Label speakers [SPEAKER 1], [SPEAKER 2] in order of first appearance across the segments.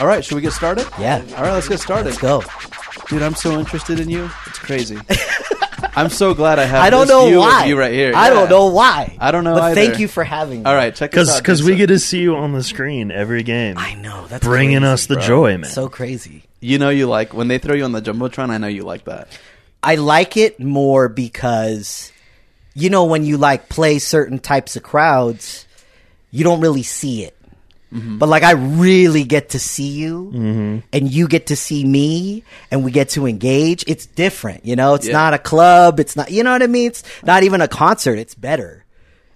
[SPEAKER 1] All right, should we get started?
[SPEAKER 2] Yeah.
[SPEAKER 1] All right, let's get started.
[SPEAKER 2] Go.
[SPEAKER 1] Dude, I'm so interested in you. It's crazy. I'm so glad I have.
[SPEAKER 2] I don't
[SPEAKER 1] this
[SPEAKER 2] know
[SPEAKER 1] view of
[SPEAKER 2] why.
[SPEAKER 1] you right here.
[SPEAKER 2] I
[SPEAKER 1] Yeah.
[SPEAKER 2] don't know why.
[SPEAKER 1] I don't know
[SPEAKER 2] But thank
[SPEAKER 1] either.
[SPEAKER 2] you for having me.
[SPEAKER 1] All right, check this
[SPEAKER 3] Because
[SPEAKER 1] out.
[SPEAKER 3] because
[SPEAKER 1] dude.
[SPEAKER 3] we
[SPEAKER 1] So-
[SPEAKER 3] get to see you on the screen every game.
[SPEAKER 2] I know that's
[SPEAKER 3] bringing
[SPEAKER 2] crazy,
[SPEAKER 3] us the
[SPEAKER 2] bro.
[SPEAKER 3] joy, man.
[SPEAKER 2] So crazy.
[SPEAKER 1] you know you like when they throw you on the jumbotron. I know you like that.
[SPEAKER 2] I like it more because you know when you like play certain types of crowds, you don't really see it.
[SPEAKER 1] Mm-hmm.
[SPEAKER 2] But like I really get to see you and you get to see me and we get to engage. It's different, you know? It's
[SPEAKER 1] Yeah.
[SPEAKER 2] not a club, it's not you know what I mean? It's not even a concert, it's better.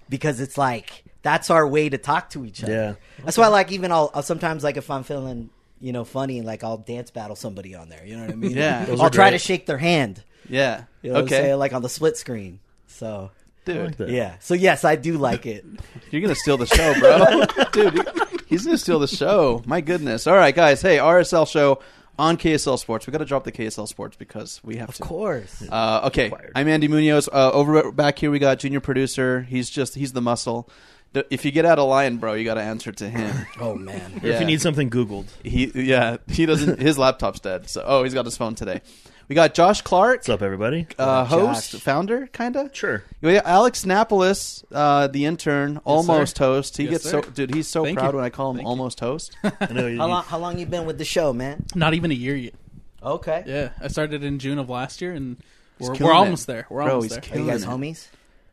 [SPEAKER 2] Because it's like that's our way to talk to each other.
[SPEAKER 3] Yeah.
[SPEAKER 2] That's why like even I'll, I'll sometimes like if I'm feeling you know, funny and like I'll dance battle somebody on there. You know what I mean?
[SPEAKER 1] Yeah. Those
[SPEAKER 2] I'll
[SPEAKER 1] are
[SPEAKER 2] try to
[SPEAKER 1] great.
[SPEAKER 2] shake their hand.
[SPEAKER 1] Yeah.
[SPEAKER 2] You know what I'm
[SPEAKER 1] okay,
[SPEAKER 2] saying? Like on the split screen. So
[SPEAKER 1] dude,
[SPEAKER 2] yeah. So yes, I do like it.
[SPEAKER 1] you're gonna steal the show, bro. dude, he's gonna steal the show. My goodness. All right, guys. Hey, RSL show on KSL Sports. We got to drop the KSL Sports because we have
[SPEAKER 2] Of
[SPEAKER 1] to.
[SPEAKER 2] course.
[SPEAKER 1] Uh, okay, I'm Andy Munoz. Uh, over back here, we got junior producer. He's just he's the muscle. The- If you get out of line, bro, you got to answer to him.
[SPEAKER 2] oh man.
[SPEAKER 1] Yeah.
[SPEAKER 3] If you need something Googled,
[SPEAKER 1] he yeah he doesn't. His laptop's dead. So oh, he's got his phone today. We got Josh Clark,
[SPEAKER 3] what's up, everybody?
[SPEAKER 1] uh, host,
[SPEAKER 2] Josh.
[SPEAKER 1] founder, kinda.
[SPEAKER 3] Sure.
[SPEAKER 1] Yeah, Alex Napolis, uh, the intern, almost host. He
[SPEAKER 4] Yes,
[SPEAKER 1] gets
[SPEAKER 4] sir.
[SPEAKER 1] so dude. He's so
[SPEAKER 4] Thank
[SPEAKER 1] proud
[SPEAKER 4] you.
[SPEAKER 1] when I call him almost host.
[SPEAKER 3] I know you,
[SPEAKER 2] How long how long you been with the show, man?
[SPEAKER 4] Not even a year yet.
[SPEAKER 2] Okay.
[SPEAKER 4] Yeah, I started in June of last year, and we're,
[SPEAKER 1] killing
[SPEAKER 4] we're
[SPEAKER 1] it.
[SPEAKER 4] almost there. We're
[SPEAKER 1] Bro,
[SPEAKER 4] almost
[SPEAKER 1] he's
[SPEAKER 4] there.
[SPEAKER 2] Are you guys
[SPEAKER 1] Killing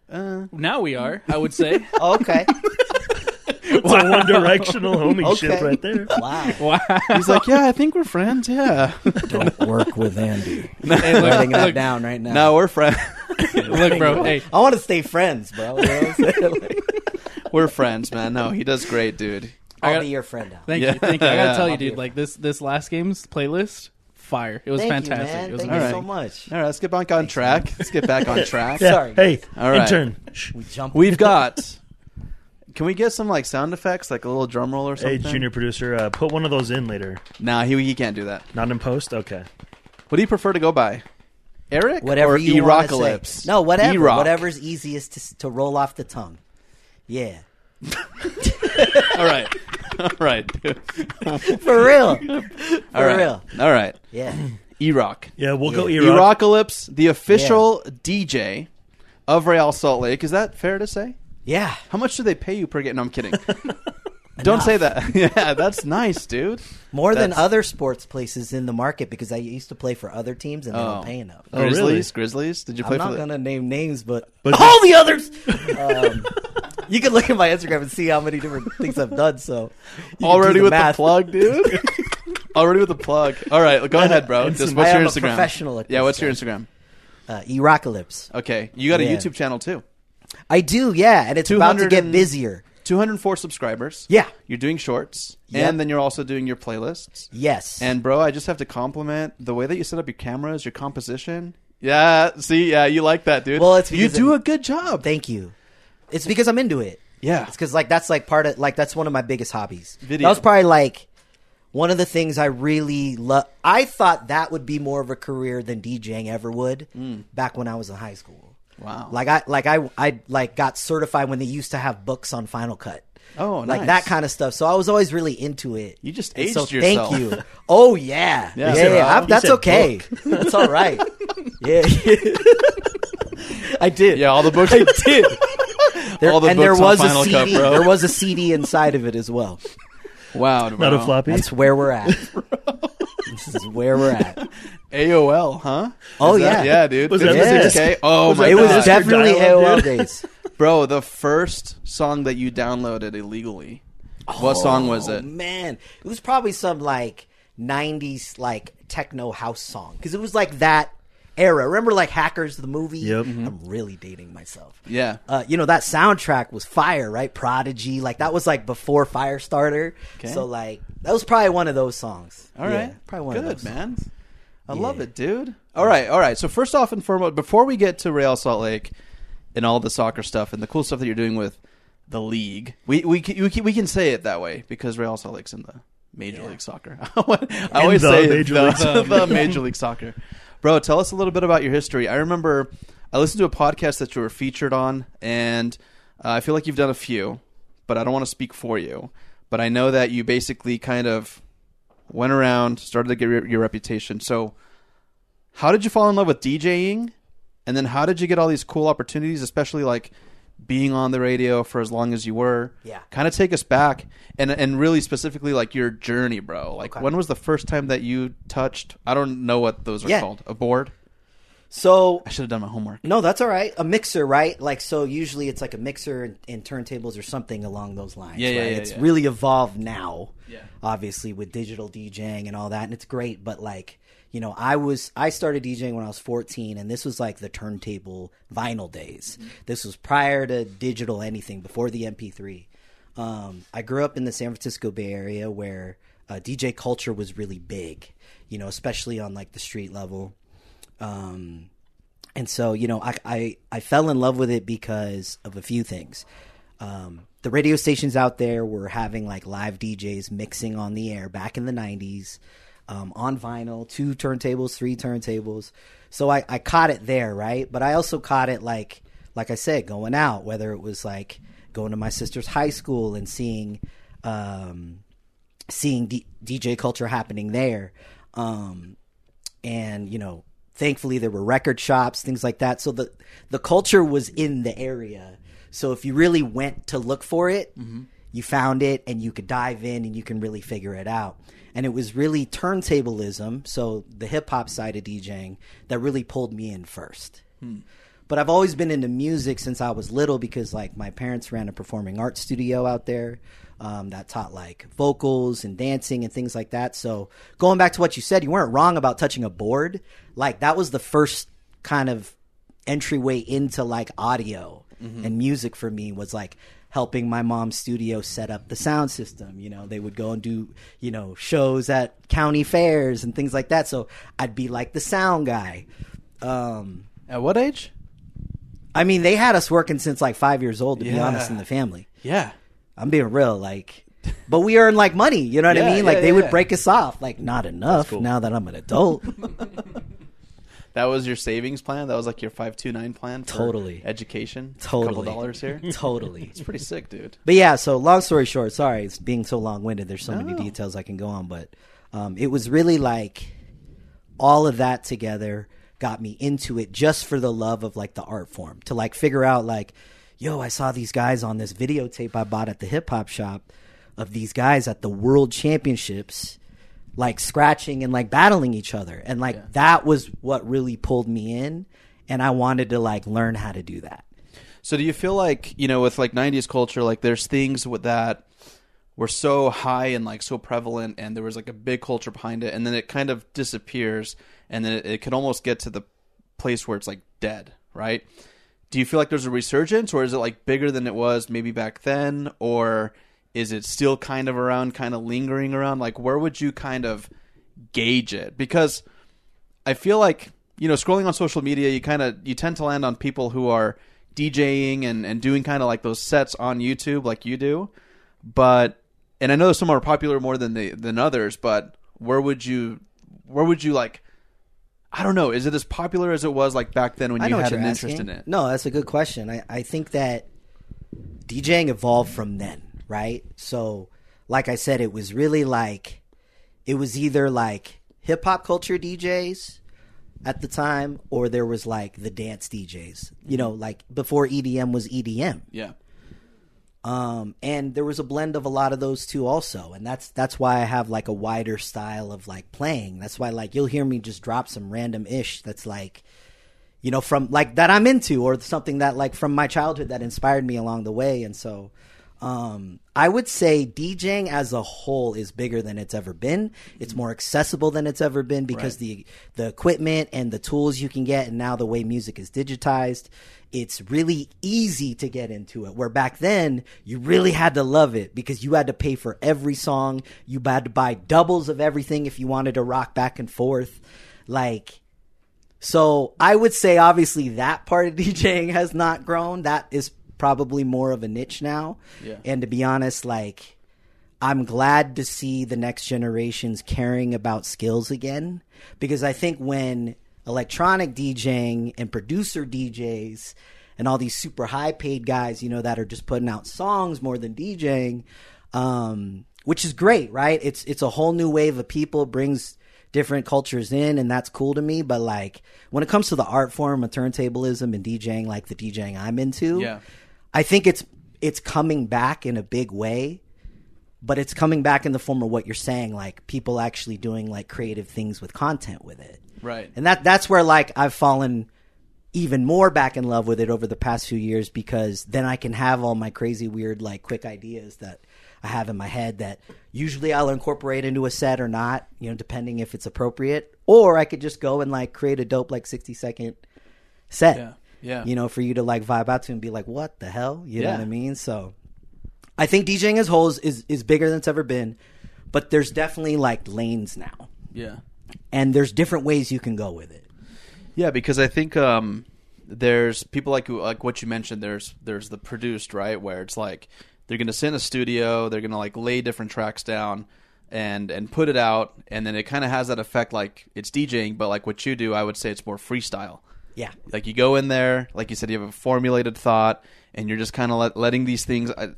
[SPEAKER 2] homies?
[SPEAKER 4] now we are, I would say.
[SPEAKER 2] Okay.
[SPEAKER 3] it's a one directional homie ship
[SPEAKER 2] Okay.
[SPEAKER 3] right there.
[SPEAKER 2] wow.
[SPEAKER 4] wow.
[SPEAKER 1] he's like, yeah, I think we're friends. Yeah,
[SPEAKER 2] Don't work with Andy.
[SPEAKER 4] Hey,
[SPEAKER 2] I'm
[SPEAKER 4] look,
[SPEAKER 2] taking that
[SPEAKER 4] look,
[SPEAKER 2] down right now.
[SPEAKER 1] no, we're friends.
[SPEAKER 4] look, bro. Hey,
[SPEAKER 2] I want to stay friends, bro. You know what I'm saying? Like,
[SPEAKER 1] we're friends, man. No, he does great, dude.
[SPEAKER 2] I'll
[SPEAKER 4] got-
[SPEAKER 2] be your friend now.
[SPEAKER 4] thank
[SPEAKER 1] Yeah.
[SPEAKER 4] you. Thank you. I
[SPEAKER 1] Yeah.
[SPEAKER 4] gotta tell you, dude. Like this, this last game's playlist, fire. It was
[SPEAKER 2] Thank
[SPEAKER 4] fantastic.
[SPEAKER 2] you, man.
[SPEAKER 4] It was
[SPEAKER 2] Thank
[SPEAKER 4] amazing.
[SPEAKER 2] you
[SPEAKER 1] amazing.
[SPEAKER 2] so much.
[SPEAKER 1] All right, let's get back on track. Let's get back on track.
[SPEAKER 3] Yeah.
[SPEAKER 2] Sorry.
[SPEAKER 3] Hey,
[SPEAKER 1] All right.
[SPEAKER 3] intern. Shh.
[SPEAKER 2] We jump.
[SPEAKER 1] We've got. Can we get some like sound effects, like a little drum roll or
[SPEAKER 3] Hey,
[SPEAKER 1] something?
[SPEAKER 3] junior producer, uh, put one of those in later.
[SPEAKER 1] Nah, he he can't do that.
[SPEAKER 3] Not in post. Okay.
[SPEAKER 1] What do you prefer to go by, Eric?
[SPEAKER 2] whatever
[SPEAKER 1] or
[SPEAKER 2] you want to
[SPEAKER 1] Erocalypse.
[SPEAKER 2] say. No, whatever.
[SPEAKER 1] E-rock.
[SPEAKER 2] Whatever's easiest to, s- to roll off the tongue. Yeah.
[SPEAKER 1] All right. All right. dude.
[SPEAKER 2] For real. For
[SPEAKER 1] All right.
[SPEAKER 2] real.
[SPEAKER 1] All right.
[SPEAKER 2] Yeah.
[SPEAKER 1] E-Rock.
[SPEAKER 3] Yeah, we'll go Iraq.
[SPEAKER 1] Erocalypse, the official DJ of Real Salt Lake. Is that fair to say?
[SPEAKER 2] Yeah.
[SPEAKER 1] How much do they pay you per game? No, I'm kidding. Don't say that. yeah, that's nice, dude.
[SPEAKER 2] More than
[SPEAKER 1] That's-
[SPEAKER 2] other sports places in the market because I used to play for other teams and they
[SPEAKER 1] Oh.
[SPEAKER 2] don't pay enough.
[SPEAKER 3] really?
[SPEAKER 1] Grizzlies, Grizzlies. Did you play
[SPEAKER 2] I'm
[SPEAKER 1] for
[SPEAKER 2] not
[SPEAKER 1] the?
[SPEAKER 2] gonna name names, but,
[SPEAKER 3] But-
[SPEAKER 2] all the others. Um, you can look at my Instagram and see how many different things I've done. So you can do
[SPEAKER 1] Already with the
[SPEAKER 2] math.
[SPEAKER 1] plug, dude. Already with the plug. All right, go ahead, bro. Just
[SPEAKER 2] I
[SPEAKER 1] what's your
[SPEAKER 2] am a
[SPEAKER 1] Instagram?
[SPEAKER 2] professional at
[SPEAKER 1] yeah,
[SPEAKER 2] this,
[SPEAKER 1] what's your
[SPEAKER 2] guys.
[SPEAKER 1] Instagram?
[SPEAKER 2] Uh, Erocalypse.
[SPEAKER 1] Okay, you got a
[SPEAKER 2] Yeah.
[SPEAKER 1] YouTube channel too.
[SPEAKER 2] I do, yeah, and it's about to
[SPEAKER 1] 200
[SPEAKER 2] get
[SPEAKER 1] and-
[SPEAKER 2] busier.
[SPEAKER 1] 204 subscribers.
[SPEAKER 2] Yeah.
[SPEAKER 1] You're doing shorts,
[SPEAKER 2] Yep.
[SPEAKER 1] and then you're also doing your playlists.
[SPEAKER 2] Yes.
[SPEAKER 1] And bro, I just have to compliment the way that you set up your cameras, your composition. Yeah, see, yeah, you like that, dude.
[SPEAKER 2] Well, it's
[SPEAKER 1] you
[SPEAKER 2] because
[SPEAKER 1] do
[SPEAKER 2] it-
[SPEAKER 1] a good job.
[SPEAKER 2] Oh, Thank you. It's because I'm into it.
[SPEAKER 1] Yeah.
[SPEAKER 2] It's because like that's like part of like that's one of my biggest hobbies.
[SPEAKER 1] Video.
[SPEAKER 2] That was probably like one of the things I really love. I thought that would be more of a career than DJing ever would back when I was in high school.
[SPEAKER 1] Mm. Wow.
[SPEAKER 2] Like I like I I like got certified when they used to have books on Final Cut.
[SPEAKER 1] Oh,
[SPEAKER 2] like
[SPEAKER 1] nice.
[SPEAKER 2] that kind of stuff. So I was always really into it.
[SPEAKER 1] You just
[SPEAKER 2] And
[SPEAKER 1] aged yourself.
[SPEAKER 2] Thank you. Oh yeah,
[SPEAKER 1] Yeah.
[SPEAKER 2] yeah.
[SPEAKER 1] You said-
[SPEAKER 2] I'm-
[SPEAKER 3] you
[SPEAKER 2] that's
[SPEAKER 3] said
[SPEAKER 2] okay. That's all right. Yeah, I did.
[SPEAKER 1] yeah, all the books. I did.
[SPEAKER 2] There-
[SPEAKER 1] All the
[SPEAKER 2] and
[SPEAKER 1] books
[SPEAKER 2] there
[SPEAKER 1] on
[SPEAKER 2] was
[SPEAKER 1] Final
[SPEAKER 2] a
[SPEAKER 1] Cut,
[SPEAKER 2] CD.
[SPEAKER 1] bro.
[SPEAKER 2] There was a CD inside of it as well.
[SPEAKER 1] Wow, bro.
[SPEAKER 3] Not a floppy.
[SPEAKER 2] That's where we're at. this is where we're at.
[SPEAKER 1] AOL, huh?
[SPEAKER 2] Oh
[SPEAKER 1] Is that-
[SPEAKER 2] yeah,
[SPEAKER 1] yeah, dude.
[SPEAKER 3] Was that
[SPEAKER 2] the
[SPEAKER 1] yeah.
[SPEAKER 2] disc-
[SPEAKER 1] okay? Oh my
[SPEAKER 2] It
[SPEAKER 1] god,
[SPEAKER 2] was
[SPEAKER 3] Dial-up,
[SPEAKER 2] definitely
[SPEAKER 3] dude.
[SPEAKER 2] AOL days.
[SPEAKER 1] bro. The first song that you downloaded illegally. what song was
[SPEAKER 2] Oh
[SPEAKER 1] it?
[SPEAKER 2] man, it was probably some like '90s like techno house song because it was like that era. Remember like Hackers the movie?
[SPEAKER 3] Yep.
[SPEAKER 2] I'm really dating myself.
[SPEAKER 1] Mm-hmm. Yeah.
[SPEAKER 2] Uh, you know that soundtrack was fire, right? Prodigy, like that was like before Firestarter. So like that was probably one of those songs.
[SPEAKER 1] All right,
[SPEAKER 2] Yeah, probably one
[SPEAKER 1] good
[SPEAKER 2] of those.
[SPEAKER 1] man. I
[SPEAKER 2] Yeah.
[SPEAKER 1] love it, dude. All right, all right. So first off and foremost, before we get to Real Salt Lake and all the soccer stuff and the cool stuff that you're doing with the league, we we can, we can, we can say it that way because Real Salt Lake's in the Major League Soccer. I always
[SPEAKER 3] the
[SPEAKER 1] say it,
[SPEAKER 3] Major
[SPEAKER 1] the,
[SPEAKER 3] League Soccer.
[SPEAKER 1] the Major League Soccer. Bro, tell us a little bit about your history. I remember I listened to a podcast that you were featured on, and uh, I feel like you've done a few, but I don't want to speak for you. But I know that you basically kind of went around, started to get your, your reputation. So, how did you fall in love with DJing? And then how did you get all these cool opportunities, especially like being on the radio for as long as you were?
[SPEAKER 2] Yeah.
[SPEAKER 1] Kind of take us back and and really specifically like your journey, bro. Like when was the first time that you touched I don't know what those are
[SPEAKER 2] Yeah.
[SPEAKER 1] called. A board?
[SPEAKER 2] So
[SPEAKER 1] I should have done my homework.
[SPEAKER 2] No, that's all right. A mixer, right? Like so usually it's like a mixer and, and turntables or something along those lines.
[SPEAKER 1] Yeah, yeah,
[SPEAKER 2] right?
[SPEAKER 1] yeah,
[SPEAKER 2] it's
[SPEAKER 1] yeah.
[SPEAKER 2] really evolved now. Yeah. Obviously with digital DJing and all that, and it's great, but like you know, I was I started DJing when I was 14 and this was like the turntable vinyl days.
[SPEAKER 1] Mm-hmm.
[SPEAKER 2] This was prior to digital anything, before the MP3. Um, I grew up in the San Francisco Bay Area where uh, DJ culture was really big, you know, especially on like the street level um, and so you know I, I I fell in love with it because of a few things. Um, the radio stations out there were having like live DJs mixing on the air back in the '90s um, on vinyl, two turntables, three turntables. So I, I caught it there, right? But I also caught it like like I said, going out, whether it was like going to my sister's high school and seeing um, seeing D- DJ culture happening there. Um, and you know thankfully there were record shops things like that so the the culture was in the area so if you really went to look for it you found it and you could dive in and you can really figure it out and it was really turntablism so the hip hop side of DJing that really pulled me in first but I've always been into music since I was little because like my parents ran a performing arts studio out there um, that taught like vocals and dancing and things like that. So going back to what you said, you weren't wrong about touching a board. Like that was the first kind of entryway into like audio and music for me was like helping my mom's studio set up the sound system you know they would go and do you know shows at county fairs and things like that so i'd be like the sound guy um
[SPEAKER 1] At what age?
[SPEAKER 2] I mean, they had us working since like five years old, to be
[SPEAKER 1] Yeah.
[SPEAKER 2] honest, in the family.
[SPEAKER 1] Yeah.
[SPEAKER 2] I'm being real, like, but we earned like money. You know what
[SPEAKER 1] Yeah,
[SPEAKER 2] I mean?
[SPEAKER 1] yeah,
[SPEAKER 2] Like they
[SPEAKER 1] yeah,
[SPEAKER 2] would
[SPEAKER 1] yeah.
[SPEAKER 2] break us off. Like not enough. Now that I'm an adult,
[SPEAKER 1] That was your savings plan? That was like your five two nine plan? for
[SPEAKER 2] Totally.
[SPEAKER 1] Education?
[SPEAKER 2] totally.
[SPEAKER 1] couple dollars here?
[SPEAKER 2] totally.
[SPEAKER 1] It's pretty sick, dude.
[SPEAKER 2] But yeah, so long story short, sorry, it's being so long winded. There's so many details I can go on, but um, it was really like all of that together got me into it just for the love of like the art form to like figure out like, yo, I saw these guys on this videotape I bought at the hip hop shop of these guys at the world championships like scratching and like battling each other and like that was what really pulled me in and I wanted to like learn how to do that.
[SPEAKER 1] So do you feel like you know with like '90s culture, like there's things with that were so high and like so prevalent, and there was like a big culture behind it, and then it kind of disappears, and then it, it can almost get to the place where it's like dead, right? do you feel like there's a resurgence or is it like bigger than it was maybe back then or is it still kind of around kind of lingering around like where would you kind of gauge it because i feel like you know scrolling on social media you kind of you tend to land on people who are djing and, and doing kind of like those sets on youtube like you do but and i know some are popular more than the than others but where would you where would you like i don't know is it as popular as it was like back then when
[SPEAKER 2] I
[SPEAKER 1] you
[SPEAKER 2] know what
[SPEAKER 1] had
[SPEAKER 2] you're
[SPEAKER 1] an
[SPEAKER 2] asking.
[SPEAKER 1] interest in it
[SPEAKER 2] No, that's a good question. I, I think that DJing evolved from then, right? So, like I said, it was really like it was either like hip hop culture DJs at the time, or there was like the dance DJs. You know, like before EDM was EDM.
[SPEAKER 1] yeah
[SPEAKER 2] Um, and there was a blend of a lot of those two also, and that's that's why I have like a wider style of like playing. That's why like you'll hear me just drop some random ish that's like, you know, from like that I'm into or something that like from my childhood that inspired me along the way. And so, um, I would say DJing as a whole is bigger than it's ever been. It's more accessible than it's ever been because the the equipment and the tools you can get, and now the way music is digitized, it's really easy to get into it. Where back then you really had to love it because you had to pay for every song, you had to buy doubles of everything if you wanted to rock back and forth, like. So I would say, obviously, that part of DJing has not grown. That is probably more of a niche now. Yeah. And to be honest, like, I'm glad to see the next generations caring about skills again because I think when electronic DJing and producer DJs and all these super high paid guys, you know, that are just putting out songs more than DJing, um, which is great, right? It's it's a whole new wave of people brings different cultures in and that's cool to me but like when it comes to the art form of turntablism and DJing like the DJing I'm into
[SPEAKER 1] Yeah.
[SPEAKER 2] I think it's it's coming back in a big way but it's coming back in the form of what you're saying like people actually doing like creative things with content with it
[SPEAKER 1] Right.
[SPEAKER 2] and that that's where like I've fallen even more back in love with it over the past few years because then I can have all my crazy weird like quick ideas that I have in my head that usually I'll incorporate into a set or not, you know, depending if it's appropriate, or I could just go and like create a dope like 60 second set.
[SPEAKER 1] Yeah, yeah.
[SPEAKER 2] You know, for you to like vibe out to and be like, "What the hell?" You know
[SPEAKER 1] Yeah.
[SPEAKER 2] what I mean? So I think DJing as whole is, is is bigger than it's ever been, but there's definitely like lanes now.
[SPEAKER 1] yeah
[SPEAKER 2] And there's different ways you can go with it.
[SPEAKER 1] Yeah, because I think um, there's people like like what you mentioned. There's there's the produced right where it's like they're gonna sit in a studio, they're gonna like lay different tracks down and and put it out, and then it kind of has that effect like it's DJing, but like what you do, I would say it's more freestyle.
[SPEAKER 2] Yeah.
[SPEAKER 1] Like you go in there, like you said, you have a formulated thought, and you're just kind of let, letting these things. I,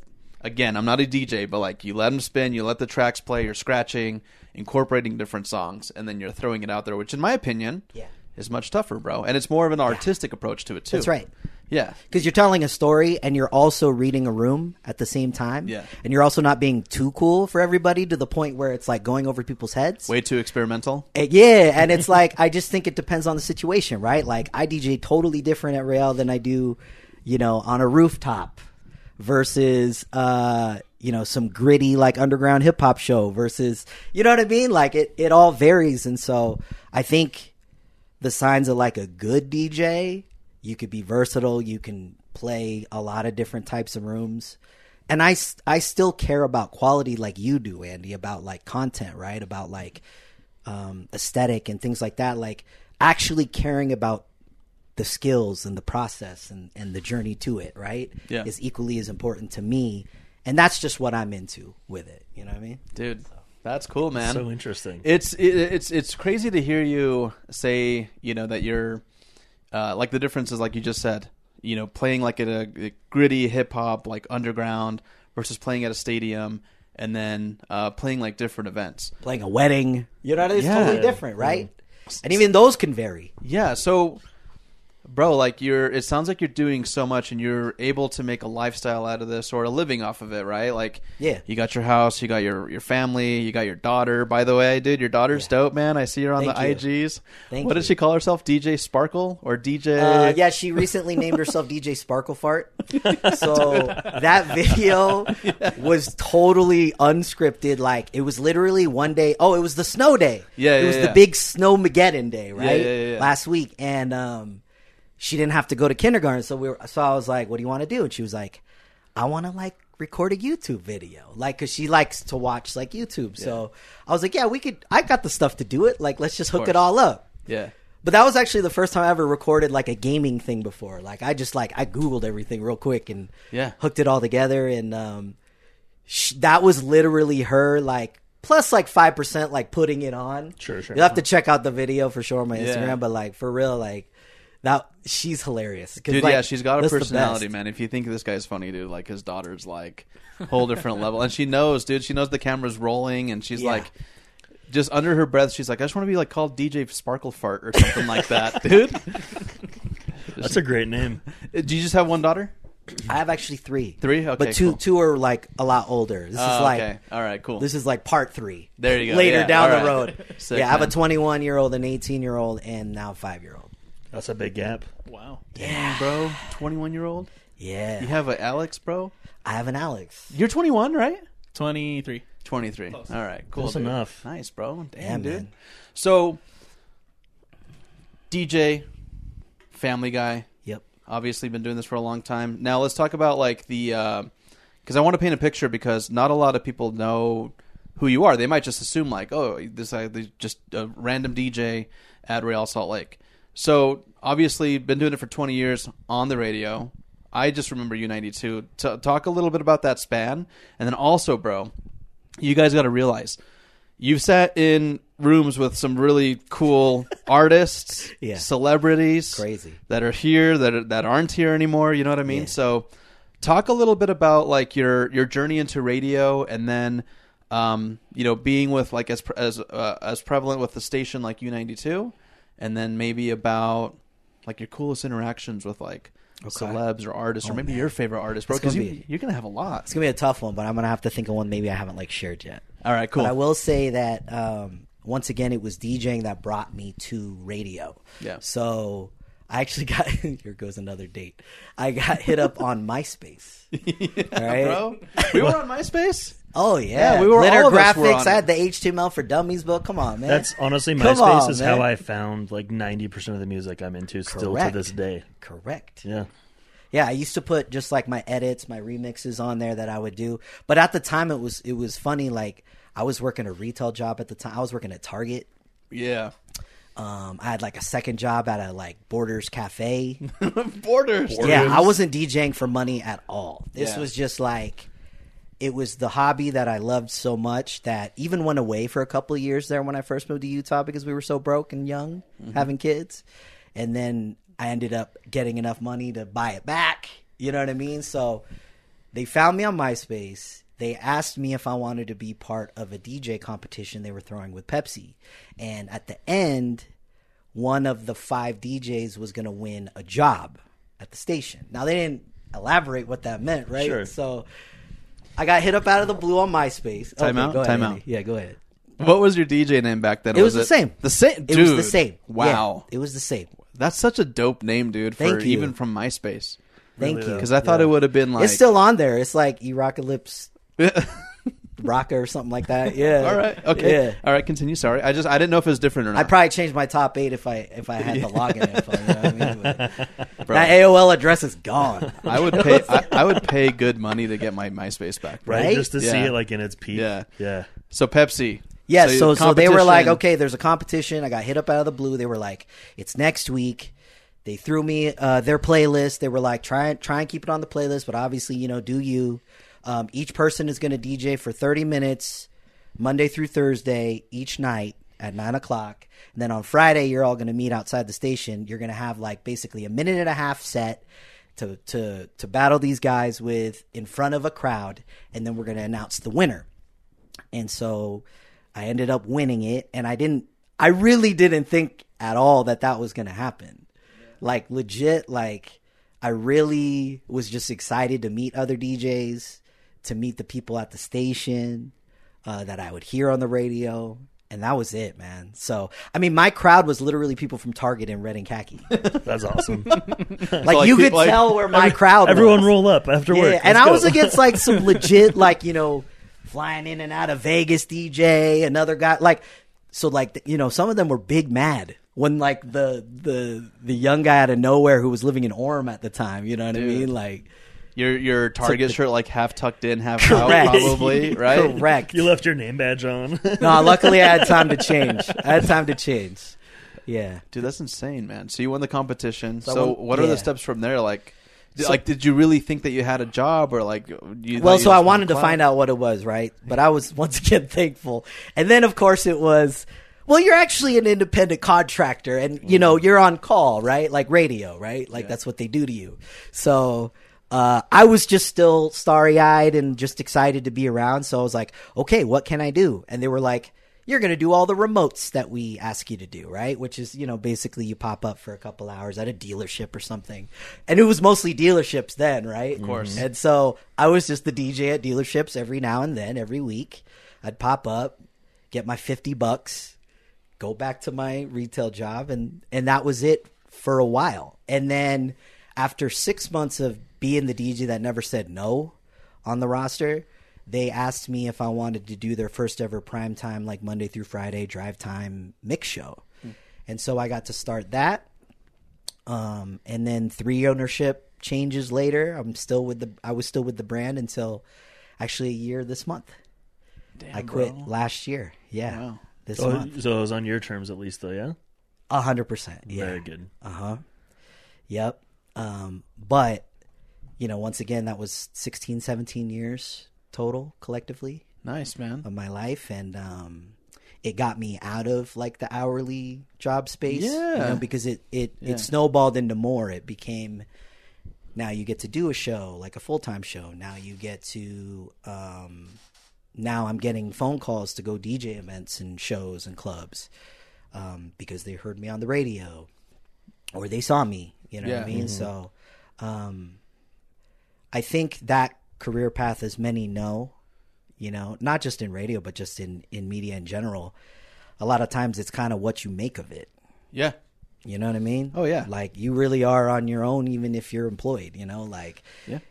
[SPEAKER 1] again, I'm not a DJ, but like you let them spin, you let the tracks play, you're scratching, incorporating different songs, and then you're throwing it out there, which in my opinion,
[SPEAKER 2] Yeah.
[SPEAKER 1] is much tougher, bro. And it's more of an artistic approach to it too.
[SPEAKER 2] That's right.
[SPEAKER 1] Yeah.
[SPEAKER 2] Because you're telling a story and you're also reading a room at the same time.
[SPEAKER 1] Yeah.
[SPEAKER 2] And you're also not being too cool for everybody to the point where it's like going over people's heads.
[SPEAKER 1] Way too experimental.
[SPEAKER 2] Uh, Yeah, and it's like I just think it depends on the situation, right? Like I DJ totally different at rail than I do, you know, on a rooftop versus uh, you know, some gritty like underground hip hop show versus you know what I mean? Like it it all varies and so I think the signs of like a good DJ, you could be versatile, you can play a lot of different types of rooms. And I, s- I still care about quality like you do, Andy, about like content, right? About like um, aesthetic and things like that. Like actually caring about the skills and the process and, and the journey to it, right?
[SPEAKER 1] Yeah.
[SPEAKER 2] Is equally as important to me. And that's just what I'm into with it. You know what I mean?
[SPEAKER 1] Dude, that's cool, man.
[SPEAKER 3] So interesting.
[SPEAKER 1] It's it, it's it's crazy to hear you say you know that you're uh, like the difference is like you just said you know playing like at a, a gritty hip hop like underground versus playing at a stadium and then uh, playing like different events.
[SPEAKER 2] Playing a wedding. You know what I mean? It's
[SPEAKER 1] Yeah.
[SPEAKER 2] totally different, right? And even those can vary.
[SPEAKER 1] Yeah, so bro, like you're it sounds like you're doing so much and you're able to make a lifestyle out of this or a living off of it, right? Like
[SPEAKER 2] Yeah.
[SPEAKER 1] You got your house, you got your your family, you got your daughter. By the way, dude, your daughter's dope, man. I see her on
[SPEAKER 2] Thank
[SPEAKER 1] the IGs.
[SPEAKER 2] Thank
[SPEAKER 1] what did
[SPEAKER 2] you.
[SPEAKER 1] she call herself? DJ Sparkle or DJ
[SPEAKER 2] Uh, yeah, she recently named herself DJ Sparkle Fart. So that video was totally unscripted. Like it was literally one day. Oh, it was the snow day.
[SPEAKER 1] Yeah,
[SPEAKER 2] it
[SPEAKER 1] yeah,
[SPEAKER 2] was
[SPEAKER 1] yeah.
[SPEAKER 2] the big snowmageddon day, right?
[SPEAKER 1] yeah, yeah, yeah.
[SPEAKER 2] Last week, and um, she didn't have to go to kindergarten. So we were, so I was like, what do you want to do? And she was like, I want to like record a YouTube video. Like, cause she likes to watch like YouTube. So I was like, yeah, we could, I got the stuff to do it. Like, let's just hook it
[SPEAKER 1] course.
[SPEAKER 2] all up.
[SPEAKER 1] Yeah.
[SPEAKER 2] But that was actually the first time I ever recorded like a gaming thing before. Like I just like I googled everything real quick and
[SPEAKER 1] Yeah.
[SPEAKER 2] hooked it all together and um sh- that was literally her like plus like 5% like putting it on.
[SPEAKER 3] Sure, sure.
[SPEAKER 2] You'll have to check out the video for sure on my
[SPEAKER 1] Yeah.
[SPEAKER 2] Instagram but like for real like that she's hilarious. 'Cause,
[SPEAKER 1] Dude,
[SPEAKER 2] like,
[SPEAKER 1] yeah, she's got a
[SPEAKER 2] that's the
[SPEAKER 1] personality,
[SPEAKER 2] best.
[SPEAKER 1] man. If you think this guy's funny, dude, like his daughter's like whole different level, and she knows, dude. She knows the camera's rolling, and she's
[SPEAKER 2] Yeah.
[SPEAKER 1] like, just under her breath, she's like, I just want to be like called DJ Sparkle Fart or something like that, dude.
[SPEAKER 3] That's a great name.
[SPEAKER 1] Do you just have one daughter?
[SPEAKER 2] I have actually 3.
[SPEAKER 1] Three? Okay,
[SPEAKER 2] But two
[SPEAKER 1] cool.
[SPEAKER 2] two are like a lot older. This
[SPEAKER 1] Oh,
[SPEAKER 2] is like
[SPEAKER 1] okay, all right, cool.
[SPEAKER 2] This is like part three.
[SPEAKER 1] There you go.
[SPEAKER 2] Later
[SPEAKER 1] Yeah, all
[SPEAKER 2] down the
[SPEAKER 1] right.
[SPEAKER 2] road.
[SPEAKER 1] Sick,
[SPEAKER 2] yeah, I have a
[SPEAKER 1] man.
[SPEAKER 2] 21 year old, an 18 year old, and now five year old.
[SPEAKER 3] That's a big gap.
[SPEAKER 4] Wow.
[SPEAKER 1] bro, twenty-one year old.
[SPEAKER 2] Yeah.
[SPEAKER 1] You have an Alex, bro.
[SPEAKER 2] I have an Alex.
[SPEAKER 1] You're twenty-one, right?
[SPEAKER 4] 23.
[SPEAKER 1] 23. All right, cool.
[SPEAKER 3] Close
[SPEAKER 1] dude.
[SPEAKER 3] enough.
[SPEAKER 1] Nice, bro. Damn,
[SPEAKER 2] Yeah,
[SPEAKER 1] dude.
[SPEAKER 2] man.
[SPEAKER 1] So, DJ, Family Guy,
[SPEAKER 2] Yep.
[SPEAKER 1] obviously been doing this for a long time. Now let's talk about like the because I want to paint a picture because not a lot of people know who you are. They might just assume like, oh, this I this- just a random DJ at Real Salt Lake. So obviously been doing it for 20 years on the radio. I just remember you 92. T- talk a little bit about that span, and then also, bro, you guys got to realize you've sat in rooms with some really cool artists,
[SPEAKER 2] Yeah.
[SPEAKER 1] celebrities,
[SPEAKER 2] Crazy.
[SPEAKER 1] that are here that are, that aren't here anymore. You know what I mean? So, talk a little bit about like your your journey into radio, and then um, you know being with like as pre- as uh, as prevalent with the station like U ninety two, and then maybe about like your coolest interactions with like. Celebs or artists, or maybe your favorite artist, bro. Because
[SPEAKER 2] Oh, gonna
[SPEAKER 1] you,
[SPEAKER 2] be-
[SPEAKER 1] you're gonna have a lot.
[SPEAKER 2] It's going to be a tough one, but I'm going to have to think of one maybe I haven't like shared yet.
[SPEAKER 1] All right, cool.
[SPEAKER 2] But I will say that um, once again, it was DJing that brought me to radio.
[SPEAKER 1] Yeah.
[SPEAKER 2] So I actually got, here goes another date. I got hit up on MySpace. all right?
[SPEAKER 1] bro. We were on MySpace.
[SPEAKER 2] Oh, yeah.
[SPEAKER 1] Yeah, we were-
[SPEAKER 2] Litter
[SPEAKER 1] all of us
[SPEAKER 2] graphics.
[SPEAKER 1] were on
[SPEAKER 2] I
[SPEAKER 1] it.
[SPEAKER 2] had the HTML for dummies, but come on, man.
[SPEAKER 3] That's honestly
[SPEAKER 2] Come
[SPEAKER 3] MySpace
[SPEAKER 2] on,
[SPEAKER 3] is
[SPEAKER 2] man.
[SPEAKER 3] how I found like ninety percent of the music I'm into still to
[SPEAKER 2] Correct.
[SPEAKER 3] this day.
[SPEAKER 2] correct.
[SPEAKER 3] Yeah.
[SPEAKER 2] Yeah, I used to put just like my edits, my remixes on there that I would do. But at the time, it was it was funny. Like I was working a retail job at the time. I was working at Target.
[SPEAKER 1] Yeah.
[SPEAKER 2] Um, I had like a second job at a like Borders Cafe.
[SPEAKER 1] Borders.
[SPEAKER 2] yeah, I wasn't DJing for money at all. This
[SPEAKER 1] Yeah.
[SPEAKER 2] was just like it was the hobby that I loved so much that even went away for a couple of years there when I first moved to Utah because we were so broke and young, having kids. And then I ended up getting enough money to buy it back. You know what I mean? So they found me on MySpace. They asked me if I wanted to be part of a DJ competition they were throwing with Pepsi. And at the end, one of the five DJs was going to win a job at the station. Now, they didn't elaborate what that meant, right?
[SPEAKER 3] Sure.
[SPEAKER 2] So I got hit up out of the blue on MySpace.
[SPEAKER 1] Time out,
[SPEAKER 2] Go ahead,
[SPEAKER 1] time
[SPEAKER 2] Andy.
[SPEAKER 1] out.
[SPEAKER 2] Yeah, go ahead.
[SPEAKER 1] What was your DJ name back then?
[SPEAKER 2] It was, the same.
[SPEAKER 1] The same.
[SPEAKER 2] It
[SPEAKER 1] Dude.
[SPEAKER 2] was the same.
[SPEAKER 1] Wow.
[SPEAKER 2] Yeah, it was the same.
[SPEAKER 1] That's such a dope name, dude. For
[SPEAKER 2] Thank you.
[SPEAKER 1] even from MySpace,
[SPEAKER 2] Thank you.
[SPEAKER 1] because I thought it would have been like
[SPEAKER 2] it's still on there. It's like Erocalypse Rocker or something like that. Yeah.
[SPEAKER 1] All right. Okay.
[SPEAKER 2] Yeah.
[SPEAKER 1] All right. Continue. Sorry. I just I didn't know if it was different or not.
[SPEAKER 2] I probably changed my top eight if I if I had the login info. You know what I mean? But that AOL address is gone.
[SPEAKER 1] I would pay. I, I would pay good money to get my MySpace back.
[SPEAKER 3] Right?
[SPEAKER 2] Right?
[SPEAKER 3] Just to see
[SPEAKER 1] Yeah.
[SPEAKER 3] it like in its peak.
[SPEAKER 1] Yeah.
[SPEAKER 3] Yeah.
[SPEAKER 1] So Pepsi.
[SPEAKER 2] Yeah, so so, they were like,
[SPEAKER 1] competition.
[SPEAKER 2] okay, there's a competition. I got hit up out of the blue. They were like, it's next week. They threw me uh, their playlist. They were like, try and try and keep it on the playlist, but obviously, you know, do you? Um, each person is going to DJ for 30 minutes, Monday through Thursday, each night at nine o'clock. And then on Friday, you're all going to meet outside the station. You're going to have like basically a minute and a half set to to to battle these guys with in front of a crowd, and then we're going to announce the winner and so I ended up winning it. And I didn't, I really didn't think at all that that was going to happen. Like legit, like I really was just excited to meet other DJs, to meet the people at the station uh, that I would hear on the radio. And that was it, man. So, I mean, my crowd was literally people from Target in red and khaki. Like,
[SPEAKER 3] That's awesome.
[SPEAKER 1] like,
[SPEAKER 2] you
[SPEAKER 1] peop-
[SPEAKER 2] could
[SPEAKER 1] like,
[SPEAKER 2] tell where my crowd
[SPEAKER 3] Everyone
[SPEAKER 2] was.
[SPEAKER 3] roll up after work.
[SPEAKER 2] Oh, Yeah, and
[SPEAKER 3] Let's
[SPEAKER 2] I was
[SPEAKER 3] go.
[SPEAKER 2] against like some legit, like you know, flying in and out of Vegas DJ, another guy, like so, like th- you know, some of them were big mad when like the the the young guy out of nowhere who was living in Orem at the time, you know what I mean? Like
[SPEAKER 1] Your your Target
[SPEAKER 2] the-
[SPEAKER 1] shirt like half tucked in, half
[SPEAKER 2] Correct.
[SPEAKER 1] out, probably right.
[SPEAKER 2] correct.
[SPEAKER 3] You left your name badge on.
[SPEAKER 2] no, luckily I had time to change. I had time to change. Yeah.
[SPEAKER 1] Dude, that's insane, man. So you won the competition. So,
[SPEAKER 2] I won-
[SPEAKER 1] what are
[SPEAKER 2] yeah.
[SPEAKER 1] the steps from there? Like, d like, did you really think that you had a job, or like, you
[SPEAKER 2] Well, so I wanted to find out what it was, right? But I was once again thankful. And then of course it was well, you're actually an independent contractor and you
[SPEAKER 1] Mm-hmm.
[SPEAKER 2] know, you're on call, right? Like radio, right? Like that's what they do to you. So uh, I was just still starry eyed and just excited to be around. So I was like, okay, what can I do? And they were like, you're going to do all the remotes that we ask you to do, right? Which is, you know, basically you pop up for a couple hours at a dealership or something. And it was mostly dealerships then, right? Of course. And so I was just the DJ at dealerships every now and then, every week. I'd pop up, get my 50 bucks, go back to my retail job and and that was it for a while and then after six months of being the dj that never said no on the roster they asked me if i wanted to do their first ever prime time like monday through friday drive time mix show and so i got to start that um, and then three ownership changes later i'm still with the i was still with the brand until actually a year this month i quit last year yeah this
[SPEAKER 3] so,
[SPEAKER 2] month
[SPEAKER 3] so it was on your terms at least, though, yeah?
[SPEAKER 2] a hundred percent. Yeah.
[SPEAKER 3] Very good.
[SPEAKER 2] Yep. Um, but you know, once again, that was 16, 17 years total collectively
[SPEAKER 1] Nice, man.
[SPEAKER 2] of my life. And, um, it got me out of like the hourly job space, you
[SPEAKER 1] Yeah.
[SPEAKER 2] know, because it, it, it snowballed into more. It became, now you get to do a show, like a full-time show. Now you get to, um, now I'm getting phone calls to go DJ events and shows and clubs, um, because they heard me on the radio or they saw me. You know what I
[SPEAKER 1] Yeah.
[SPEAKER 2] mean? So, um, I think that career path, as many know, you know, not just in radio, but just in in media in general. A lot of times, it's kind of what you make of it.
[SPEAKER 1] Yeah,
[SPEAKER 2] You know what I mean?
[SPEAKER 1] Oh, yeah.
[SPEAKER 2] Like you really are on your own, even if you're employed. You know, like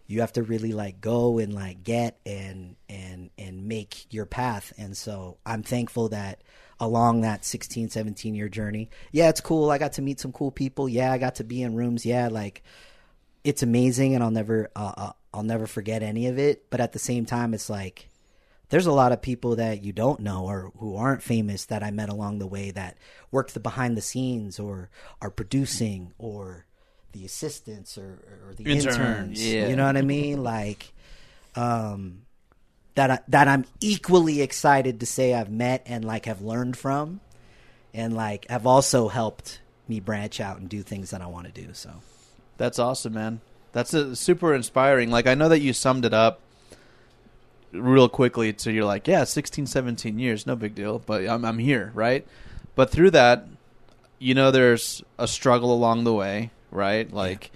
[SPEAKER 2] you have to really like go and like get and and and make your path. And so I'm thankful that along that 16, 17 year journey, yeah, it's cool. I got to meet some cool people. Yeah, I got to be in rooms. Yeah, like it's amazing, and I'll never uh, uh, I'll never forget any of it. But at the same time, it's like there's a lot of people that you don't know or who aren't famous that I met along the way that work the behind the scenes or are producing or the assistants or, or the interns.
[SPEAKER 1] Interns, yeah.
[SPEAKER 2] You know what I mean? Like, um, that I, that I'm equally excited to say I've met and like have learned from, and like have also helped me branch out and do things that I want to do. So
[SPEAKER 1] that's awesome, man. That's a, super inspiring. Like, I know that you summed it up real quickly. So you're like, yeah, 16, 17 years, no big deal. But I'm I'm here, right? But through that, you know, there's a struggle along the way, right? Like,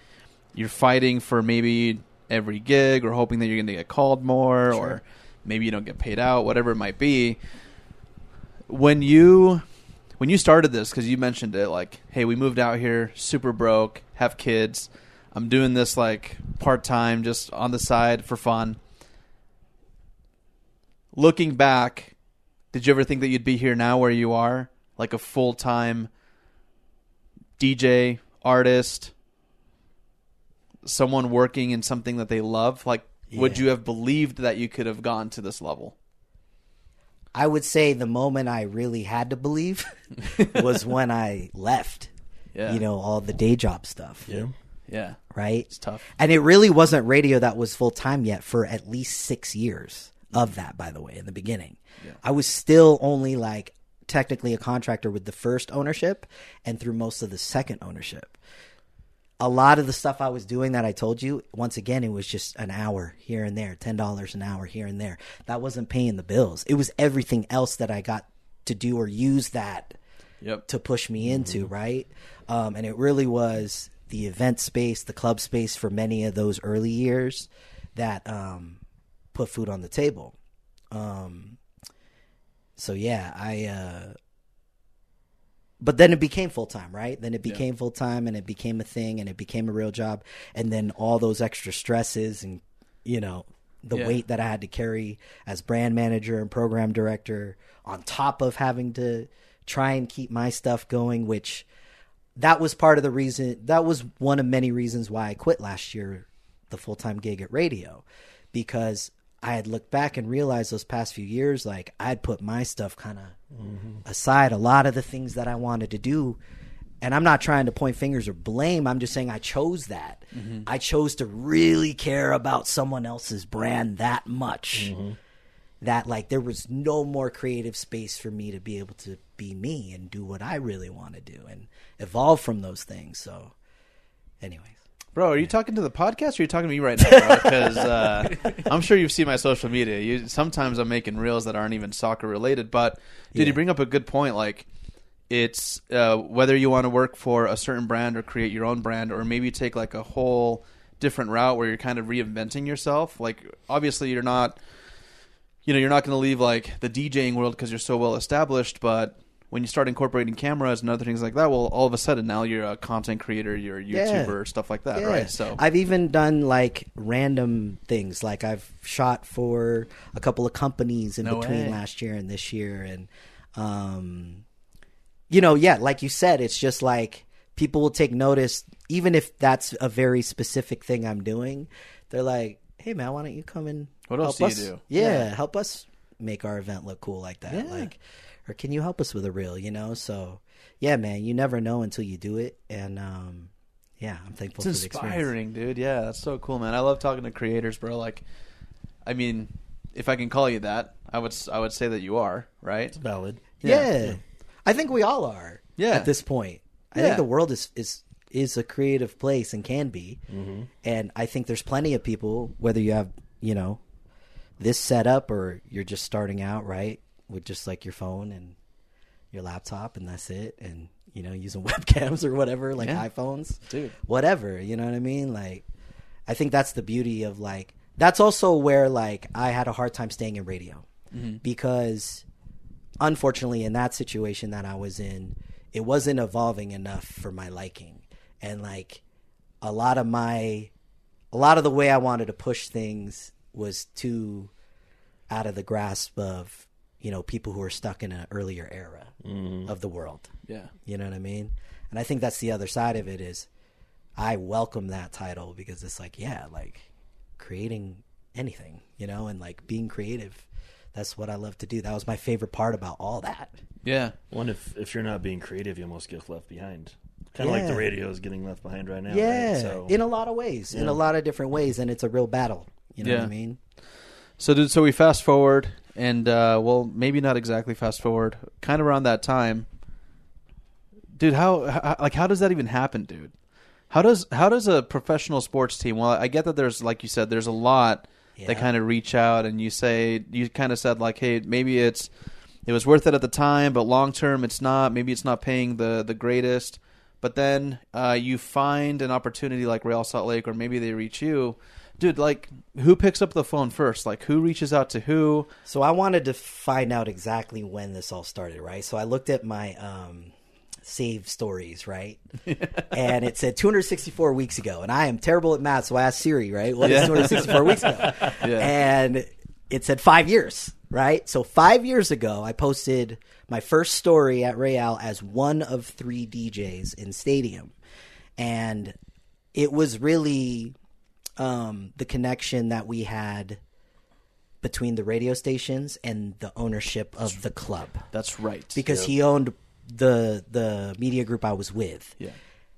[SPEAKER 1] you're fighting for maybe every gig or hoping that you're going to get called more or maybe you don't get paid out whatever it might be when you when you started this because you mentioned it like hey we moved out here super broke have kids i'm doing this like part-time just on the side for fun looking back did you ever think that you'd be here now where you are like a full-time dj artist someone working in something that they love like would
[SPEAKER 2] Yeah.
[SPEAKER 1] you have believed that you could have gone to this level
[SPEAKER 2] I would say the moment I really had to believe was when I left.
[SPEAKER 1] Yeah.
[SPEAKER 2] You know, all the day job stuff.
[SPEAKER 3] Yeah.
[SPEAKER 1] yeah
[SPEAKER 2] Right? It's
[SPEAKER 1] tough.
[SPEAKER 2] And it really wasn't radio that was full time yet for at least six years of that, by the way, in the beginning. I was still only like technically a contractor with the first ownership and through most of the second ownership. A lot of the stuff I was doing that I told you, once again, it was just an hour here and there, $10 an hour here and there. That wasn't paying the bills. It was everything else that I got to do or use that
[SPEAKER 1] yep
[SPEAKER 2] to push me into, right? Um, and it really was the event space, the club space for many of those early years that um, put food on the table. Um, so yeah, I. Uh, but then it became full time, right? Then it became full time, and it became a thing, and it became a real job, and then all those extra stresses and you know the
[SPEAKER 1] Yeah.
[SPEAKER 2] weight that I had to carry as brand manager and program director on top of having to try and keep my stuff going, which that was part of the reason that was one of many reasons why I quit last year the full time gig at radio because I had looked back and realized those past few years like I'd put my stuff kind of aside a lot of the things that I wanted to do and I'm not trying to point fingers or blame I'm just saying I chose that I chose to really care about someone else's brand that much that like there was no more creative space for me to be able to be me and do what I really want to do and evolve from those things. So, anyways,
[SPEAKER 1] Bro, are you talking to the podcast or are you talking to me right now, bro? Because uh, I'm sure you've seen my social media. You, sometimes I'm making reels that aren't even soccer related. But, dude, you bring up a good point. Like, it's uh, whether you want to work for a certain brand or create your own brand, or maybe take like a whole different route where you're kind of reinventing yourself. Like, obviously, you're not you know you're not going to leave like the DJing world because you're so well established, but when you start incorporating cameras and other things like that, well, all of a sudden now you're a content creator, you're a
[SPEAKER 2] Yeah.
[SPEAKER 1] YouTuber, stuff like that,
[SPEAKER 2] Yeah.
[SPEAKER 1] right? So
[SPEAKER 2] I've even done like random things. Like I've shot for a couple of companies in
[SPEAKER 1] No
[SPEAKER 2] between
[SPEAKER 1] way.
[SPEAKER 2] last year and this year, and um, you know, yeah, like you said, it's just like people will take notice, even if that's a very specific thing I'm doing. They're like, "Hey, man, why don't you come and
[SPEAKER 1] What else
[SPEAKER 2] help
[SPEAKER 1] do you
[SPEAKER 2] us?
[SPEAKER 1] do?
[SPEAKER 2] Yeah, help us make our event look cool like that. Like, or can you help us with a reel? You know, so." Yeah, man, you never know until you do it, and um, yeah, I'm thankful
[SPEAKER 1] it's
[SPEAKER 2] for the experience.
[SPEAKER 1] inspiring, dude. Yeah, that's so cool, man. I love talking to creators, bro. Like, I mean, if I can call you that, I would s- I would say that you are, right?
[SPEAKER 3] Valid.
[SPEAKER 2] Yeah. I think we all are.
[SPEAKER 1] Yeah.
[SPEAKER 2] At this point. I
[SPEAKER 1] Yeah.
[SPEAKER 2] think the world is is is a creative place and can be.
[SPEAKER 1] Mm-hmm.
[SPEAKER 2] And I think there's plenty of people whether you have, you know, this setup or you're just starting out, right? With just like your phone and your laptop and that's it and you know, using webcams or whatever, like
[SPEAKER 1] Yeah.
[SPEAKER 2] iPhones.
[SPEAKER 1] Dude.
[SPEAKER 2] Whatever, you know what I mean? Like I think that's the beauty of like that's also where like I had a hard time staying in radio
[SPEAKER 1] Mm-hmm.
[SPEAKER 2] because unfortunately in that situation that I was in, it wasn't evolving enough for my liking. And like a lot of my a lot of the way I wanted to push things was too out of the grasp of, you know, people who are stuck in an earlier era of the world.
[SPEAKER 1] Yeah.
[SPEAKER 2] You know what I mean? And I think that's the other side of it is I welcome that title because it's like, yeah, like creating anything, you know, and like being creative. That's what I love to do. That was my favorite part about all that.
[SPEAKER 1] Yeah.
[SPEAKER 3] One, if if you're not being creative, you almost get left behind. Kind of like
[SPEAKER 2] Yeah.
[SPEAKER 3] the radio is getting left behind right now.
[SPEAKER 2] Yeah.
[SPEAKER 3] Right? So
[SPEAKER 2] In a lot of ways, in a lot of different ways. And it's a real battle. You know what
[SPEAKER 1] Yeah.
[SPEAKER 2] I mean?
[SPEAKER 1] So, dude, so we fast forward, and uh, well, maybe not exactly fast forward, kind of around that time, dude. How, how like how does that even happen, dude? How does how does a professional sports team? Well, I get that there's like you said, there's a lot
[SPEAKER 2] Yeah.
[SPEAKER 1] that kind of reach out, and you say you kind of said like, hey, maybe it's it was worth it at the time, but long term, it's not. Maybe it's not paying the the greatest. But then uh, you find an opportunity like Real Salt Lake, or maybe they reach you, dude. Like, who picks up the phone first? Like, who reaches out to who?
[SPEAKER 2] So I wanted to find out exactly when this all started, right? So I looked at my um, save stories, right? and it said 264 weeks ago. And I am terrible at math, so I asked Siri, right? What is 264 weeks ago? And it said five years, right? So five years ago, I posted my first story at Real as one of three DJs in Stadium. And it was really um, the connection that we had between the radio stations and the ownership of the club
[SPEAKER 1] That's right.
[SPEAKER 2] because he owned the the media group I was with. Yeah.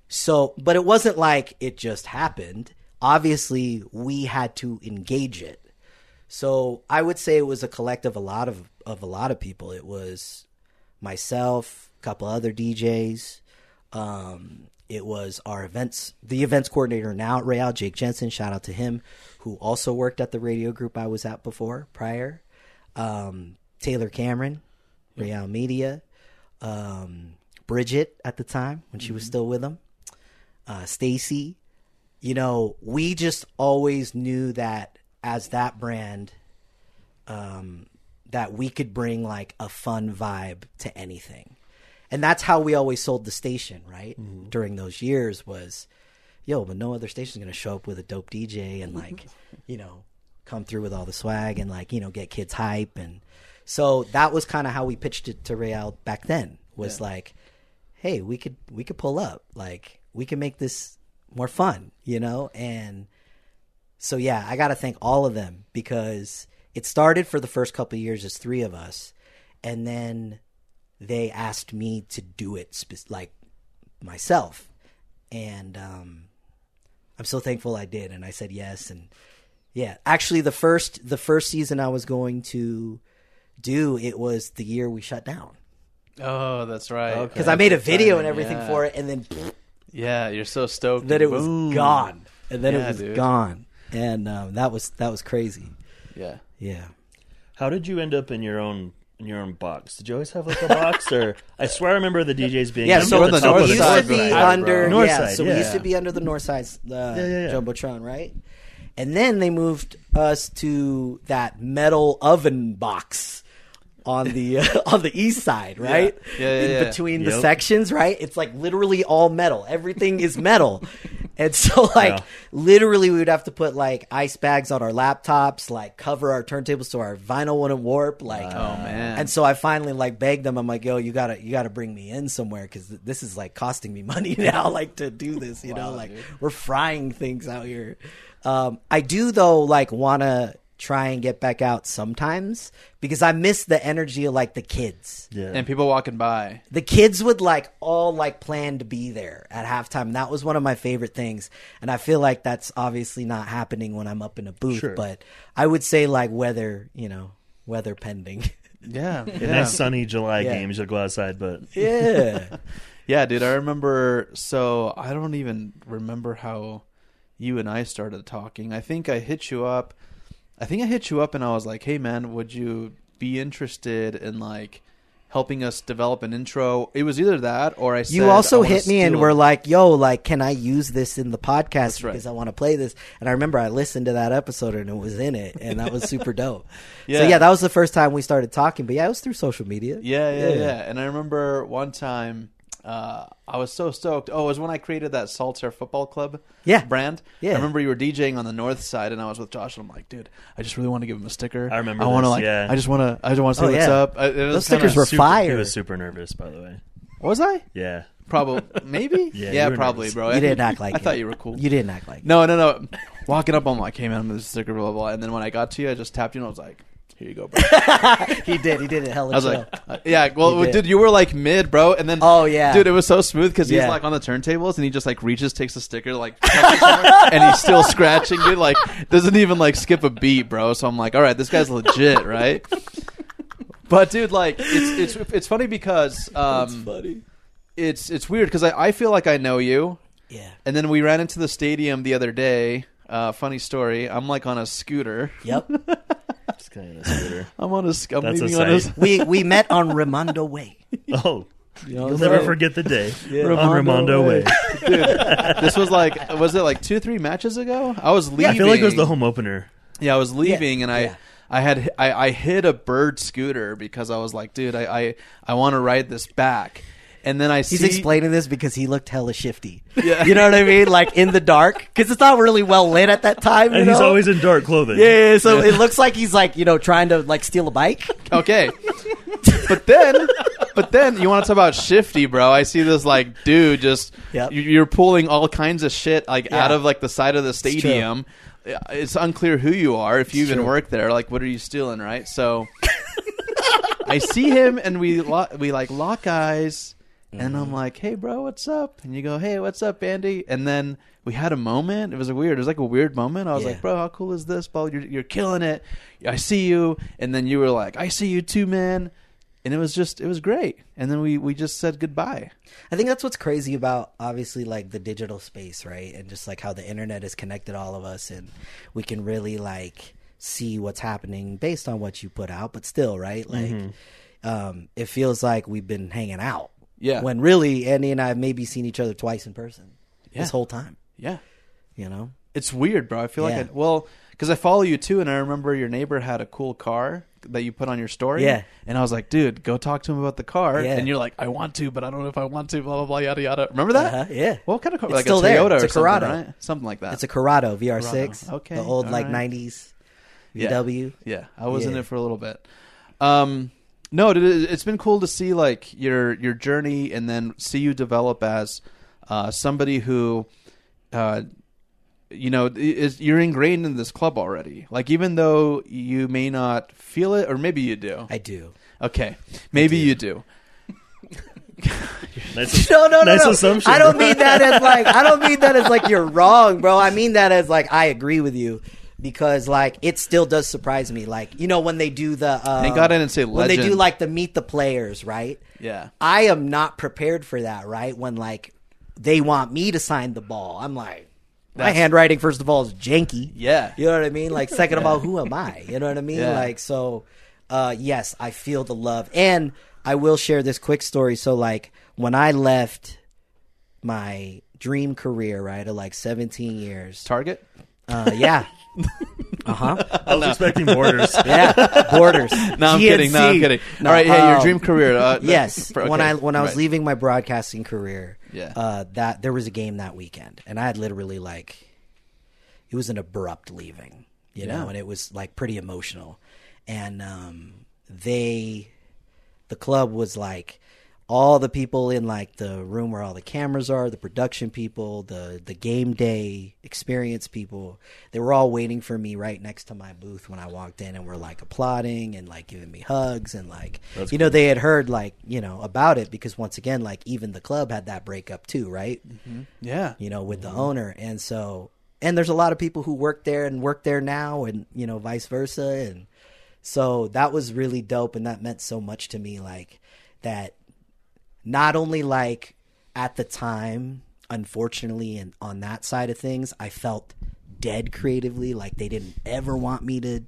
[SPEAKER 2] So, but it wasn't like it just happened. Obviously, we had to engage it. So, I would say it was a collective a lot of of a lot of people. It was myself, a couple other DJs. Um, it was our events, the events coordinator now at Real, Jake Jensen. Shout out to him, who also worked at the radio group I was at before prior. Um, Taylor Cameron, Real Media, um, Bridget at the time when she was still with him, uh, Stacy. You know, we just always knew that as that brand um, that we could bring like a fun vibe to anything. And that's how we always sold the station, right? During those years was, yo, but no other station's going to show up with a dope DJ and like, you know, come through with all the swag and like, you know, get kids hype and so that was kind of how we pitched it to Real back then was like, hey, we could we could pull up, like we can make this more fun, you know, and so yeah, I got to thank all of them because it started for the first couple of years as three of us, and then they asked me to do it spe- like myself, and um, I'm so thankful I did, and I said yes, and yeah, actually the first the first season I was going to do it was the year we shut down
[SPEAKER 1] Oh, that's right.
[SPEAKER 2] because I made a video and everything for it, and then
[SPEAKER 1] Yeah, you're so stoked
[SPEAKER 2] then it was
[SPEAKER 1] Boom.
[SPEAKER 2] gone, and then
[SPEAKER 1] Yeah,
[SPEAKER 2] it was
[SPEAKER 1] dude.
[SPEAKER 2] gone, and um, that was that was crazy.
[SPEAKER 1] Yeah.
[SPEAKER 2] Yeah.
[SPEAKER 3] How did you end up in your own in your own box? Did you always have like a box, or I swear I remember the DJs being
[SPEAKER 2] Yeah,
[SPEAKER 3] up
[SPEAKER 1] so
[SPEAKER 3] at
[SPEAKER 1] on the
[SPEAKER 3] top
[SPEAKER 1] north
[SPEAKER 3] of
[SPEAKER 2] we used
[SPEAKER 1] side,
[SPEAKER 2] to be
[SPEAKER 1] right, bro.
[SPEAKER 2] under
[SPEAKER 3] North
[SPEAKER 2] yeah,
[SPEAKER 3] side,
[SPEAKER 2] so we used
[SPEAKER 3] yeah.
[SPEAKER 2] to be under the north side uh,
[SPEAKER 3] yeah, yeah.
[SPEAKER 2] jumbotron, right? And then they moved us to that metal oven box on the on the east side, right?
[SPEAKER 1] Yeah, yeah,
[SPEAKER 2] In
[SPEAKER 1] yeah.
[SPEAKER 2] between the
[SPEAKER 3] Yep.
[SPEAKER 2] sections, right? It's like literally all metal. Everything is metal. And so like
[SPEAKER 3] Yeah.
[SPEAKER 2] literally we would have to put like ice bags on our laptops, like cover our turntables so our vinyl wouldn't warp, like
[SPEAKER 1] Oh man.
[SPEAKER 2] and so I finally like begged them. I'm like, yo, you gotta, you gotta bring me in somewhere because th- this is like costing me money now, like to do this. You know, like we're frying things out here. Um, I do though, like wanna try and get back out sometimes because I miss the energy of like the kids.
[SPEAKER 3] Yeah.
[SPEAKER 1] and people walking by.
[SPEAKER 2] The kids would like all like plan to be there at halftime. And that was one of my favorite things. And I feel like that's obviously not happening when I'm up in a booth, but I would say like weather, you know, weather pending.
[SPEAKER 1] Yeah.
[SPEAKER 3] A
[SPEAKER 1] Yeah.
[SPEAKER 3] nice sunny July
[SPEAKER 2] Yeah.
[SPEAKER 3] games. You'll go outside, but
[SPEAKER 2] yeah.
[SPEAKER 1] Yeah, dude, I remember. So I don't even remember how you and I started talking. I think I hit you up. I think I hit you up and I was like, hey, man, would you be interested in like helping us develop an intro? It was either that or I said,
[SPEAKER 2] You also
[SPEAKER 1] I wanna
[SPEAKER 2] hit me and
[SPEAKER 1] steal-
[SPEAKER 2] were like, "Yo, like, can I use this in the podcast
[SPEAKER 1] right.
[SPEAKER 2] because I want to play this?" And I remember I listened to that episode and it was in it, and that was super dope.
[SPEAKER 1] Yeah.
[SPEAKER 2] So yeah, that was the first time we started talking. But yeah, it was through social media.
[SPEAKER 1] Yeah, yeah, yeah. And I remember one time uh, I was so stoked. Oh, it was when I created that Saltair Football Club
[SPEAKER 2] Yeah.
[SPEAKER 1] brand.
[SPEAKER 2] Yeah.
[SPEAKER 1] I remember you were DJing on the north side and I was with Josh and I'm like, dude, I just really want to give him a sticker.
[SPEAKER 3] I remember
[SPEAKER 1] I want to
[SPEAKER 3] this,
[SPEAKER 1] like
[SPEAKER 3] yeah.
[SPEAKER 1] I just want to I just want to say
[SPEAKER 2] Oh,
[SPEAKER 1] what's
[SPEAKER 2] yeah.
[SPEAKER 1] up. I, it was
[SPEAKER 2] Those
[SPEAKER 1] kinda-
[SPEAKER 2] stickers were
[SPEAKER 3] super, He
[SPEAKER 2] fire.
[SPEAKER 3] was super nervous, by the way.
[SPEAKER 1] Was I?
[SPEAKER 3] Yeah.
[SPEAKER 1] Probably maybe?
[SPEAKER 3] Yeah,
[SPEAKER 1] yeah,
[SPEAKER 3] you were
[SPEAKER 1] probably,
[SPEAKER 3] nervous.
[SPEAKER 1] bro.
[SPEAKER 2] You
[SPEAKER 1] I
[SPEAKER 2] didn't
[SPEAKER 1] think-
[SPEAKER 2] act like
[SPEAKER 1] I
[SPEAKER 2] it.
[SPEAKER 1] thought you were cool.
[SPEAKER 2] You didn't act like it.
[SPEAKER 1] No, no, no. Walking up, I'm like, hey man, I'm the sticker, blah, blah, blah. And then when I got to you, I just tapped you and I was like, here you go, bro.
[SPEAKER 2] He did. He did it. Hell,
[SPEAKER 1] I was like, uh, yeah, well, dude, you were like mid, bro, and then
[SPEAKER 2] Oh, yeah.
[SPEAKER 1] dude, it was so smooth because
[SPEAKER 2] Yeah.
[SPEAKER 1] he's like on the turntables and he just like reaches, takes a sticker, like, and he's still scratching, dude, like doesn't even like skip a beat, bro. So I'm like, all right, this guy's legit, right? But dude, like it's it's it's funny because um, funny. It's it's weird because I, I feel like I know you,
[SPEAKER 2] yeah,
[SPEAKER 1] and then we ran into the stadium the other day. Uh, funny story. I'm like on a scooter.
[SPEAKER 2] yep.
[SPEAKER 3] Just kind of a scooter.
[SPEAKER 1] I'm on a. sc- I'm
[SPEAKER 3] That's a
[SPEAKER 1] leaving on a.
[SPEAKER 3] sight.
[SPEAKER 2] We we met on Raimondo Way.
[SPEAKER 3] Oh, you'll never forget the day on Ramondo Way.
[SPEAKER 1] this was like was it like two three matches ago i was leaving
[SPEAKER 3] I feel like it was the home opener.
[SPEAKER 1] yeah i was leaving and i
[SPEAKER 2] yeah.
[SPEAKER 1] i had I, I hid a bird scooter because i was like dude i i, I want to ride this back and then i
[SPEAKER 2] He's
[SPEAKER 1] see
[SPEAKER 2] explaining this because he looked hella shifty. Yeah. You know what I mean? Like in the dark, because it's not really well lit at that time. you
[SPEAKER 3] And he's
[SPEAKER 2] know?
[SPEAKER 3] always in dark clothing.
[SPEAKER 2] yeah, yeah. So it looks like he's like you know trying to like steal a bike.
[SPEAKER 1] okay but then but then you want to talk about shifty bro i see this like dude just
[SPEAKER 2] Yep.
[SPEAKER 1] you- you're pulling all kinds of shit like
[SPEAKER 2] Yeah.
[SPEAKER 1] out of like the side of the
[SPEAKER 2] true.
[SPEAKER 1] stadium it's unclear who you are if you even
[SPEAKER 2] true.
[SPEAKER 1] work there like what are you stealing right so i see him and we lo- we like lock eyes and i'm like hey bro what's up and you go hey what's up andy and then we had a moment. It was a weird. It was like a weird moment. I was
[SPEAKER 2] Yeah.
[SPEAKER 1] like, "Bro, how cool is this? Bro, you're, you're killing it. I see you." And then you were like, "I see you too, man." And it was just, it was great. And then we we just said goodbye.
[SPEAKER 2] I think that's what's crazy about obviously like the digital space, right? And just like how the internet has connected all of us and we can really like see what's happening based on what you put out, but still, right? Like
[SPEAKER 3] Mm-hmm.
[SPEAKER 2] um it feels like we've been hanging out.
[SPEAKER 1] Yeah.
[SPEAKER 2] When really Andy and I have maybe seen each other twice in person this whole time,
[SPEAKER 1] Yeah,
[SPEAKER 2] you know?
[SPEAKER 1] it's weird, bro. I feel
[SPEAKER 2] Yeah.
[SPEAKER 1] like I, well, because I follow you too, and I remember your neighbor had a cool car that you put on your story.
[SPEAKER 2] Yeah.
[SPEAKER 1] and I was like, "Dude, go talk to him about the car."
[SPEAKER 2] Yeah.
[SPEAKER 1] And you're like, "I want to, but I don't know if I want to." Blah blah blah yada yada. Remember that?
[SPEAKER 2] Uh-huh, yeah.
[SPEAKER 1] What kind of car?
[SPEAKER 2] It's
[SPEAKER 1] like
[SPEAKER 2] still
[SPEAKER 1] a
[SPEAKER 2] there.
[SPEAKER 1] Toyota
[SPEAKER 2] It's
[SPEAKER 1] or
[SPEAKER 2] a
[SPEAKER 1] something,
[SPEAKER 2] Corrado.
[SPEAKER 1] right? Something like that.
[SPEAKER 2] It's a Corrado VR6,
[SPEAKER 1] Corrado. Okay,
[SPEAKER 2] the old
[SPEAKER 1] all
[SPEAKER 2] like
[SPEAKER 1] right.
[SPEAKER 2] 90s
[SPEAKER 1] Yeah.
[SPEAKER 2] VW.
[SPEAKER 1] Yeah, I was in
[SPEAKER 2] Yeah.
[SPEAKER 1] it for a little bit. Um, No, it, it- it's been cool to see like your your journey and then see you develop as uh, somebody who, uh, you know, is you're ingrained in this club already. Like even though you may not feel it, or maybe you do.
[SPEAKER 2] I do.
[SPEAKER 1] Okay, maybe you do.
[SPEAKER 3] Nice,
[SPEAKER 2] No, no, no,
[SPEAKER 3] nice
[SPEAKER 2] no.
[SPEAKER 3] assumption.
[SPEAKER 2] I don't mean that as like I don't mean that as like you're wrong, bro. I mean that as like I agree with you because like it still does surprise me. Like you know when they do the uh,
[SPEAKER 1] Thank God I didn't say
[SPEAKER 2] when they do
[SPEAKER 1] legend.
[SPEAKER 2] like the meet the players, right?
[SPEAKER 1] Yeah.
[SPEAKER 2] I am not prepared for that, right? When like they want me to sign the ball, I'm like. My
[SPEAKER 1] That's-
[SPEAKER 2] handwriting, first of all, is janky.
[SPEAKER 1] Yeah.
[SPEAKER 2] you know what I mean. Like, second of all, who am I? You know what I mean.
[SPEAKER 1] Yeah.
[SPEAKER 2] Like, so, uh, yes, I feel the love, and I will share this quick story. So, like, when I left my dream career, right, of like 17 years,
[SPEAKER 1] Target.
[SPEAKER 2] uh, yeah,
[SPEAKER 3] I was expecting borders.
[SPEAKER 2] yeah, borders.
[SPEAKER 1] No, I'm kidding. No, I'm
[SPEAKER 2] GNC.
[SPEAKER 1] kidding. All right, hey, your
[SPEAKER 2] um,
[SPEAKER 1] dream career. Uh,
[SPEAKER 2] yes
[SPEAKER 1] for-
[SPEAKER 2] when
[SPEAKER 1] okay,
[SPEAKER 2] i when i was
[SPEAKER 1] right.
[SPEAKER 2] leaving my broadcasting career
[SPEAKER 1] Yeah.
[SPEAKER 2] uh that there was a game that weekend and i had literally like it was an abrupt leaving you know and it was like pretty emotional and um they the club was like all the people in like the room where all the cameras are the production people the the game day experience people they were all waiting for me right next to my booth when i walked in and were like applauding and like giving me hugs and like you know they had heard like you know about it because once again like even the club had that breakup too right
[SPEAKER 1] Yeah.
[SPEAKER 2] you know, with the owner. And so, and there's a lot of people who work there and work there now and, you know, vice versa. And so that was really dope. And that meant so much to me, like that not only like at the time, unfortunately, and on that side of things, I felt dead creatively. Like they didn't ever want me to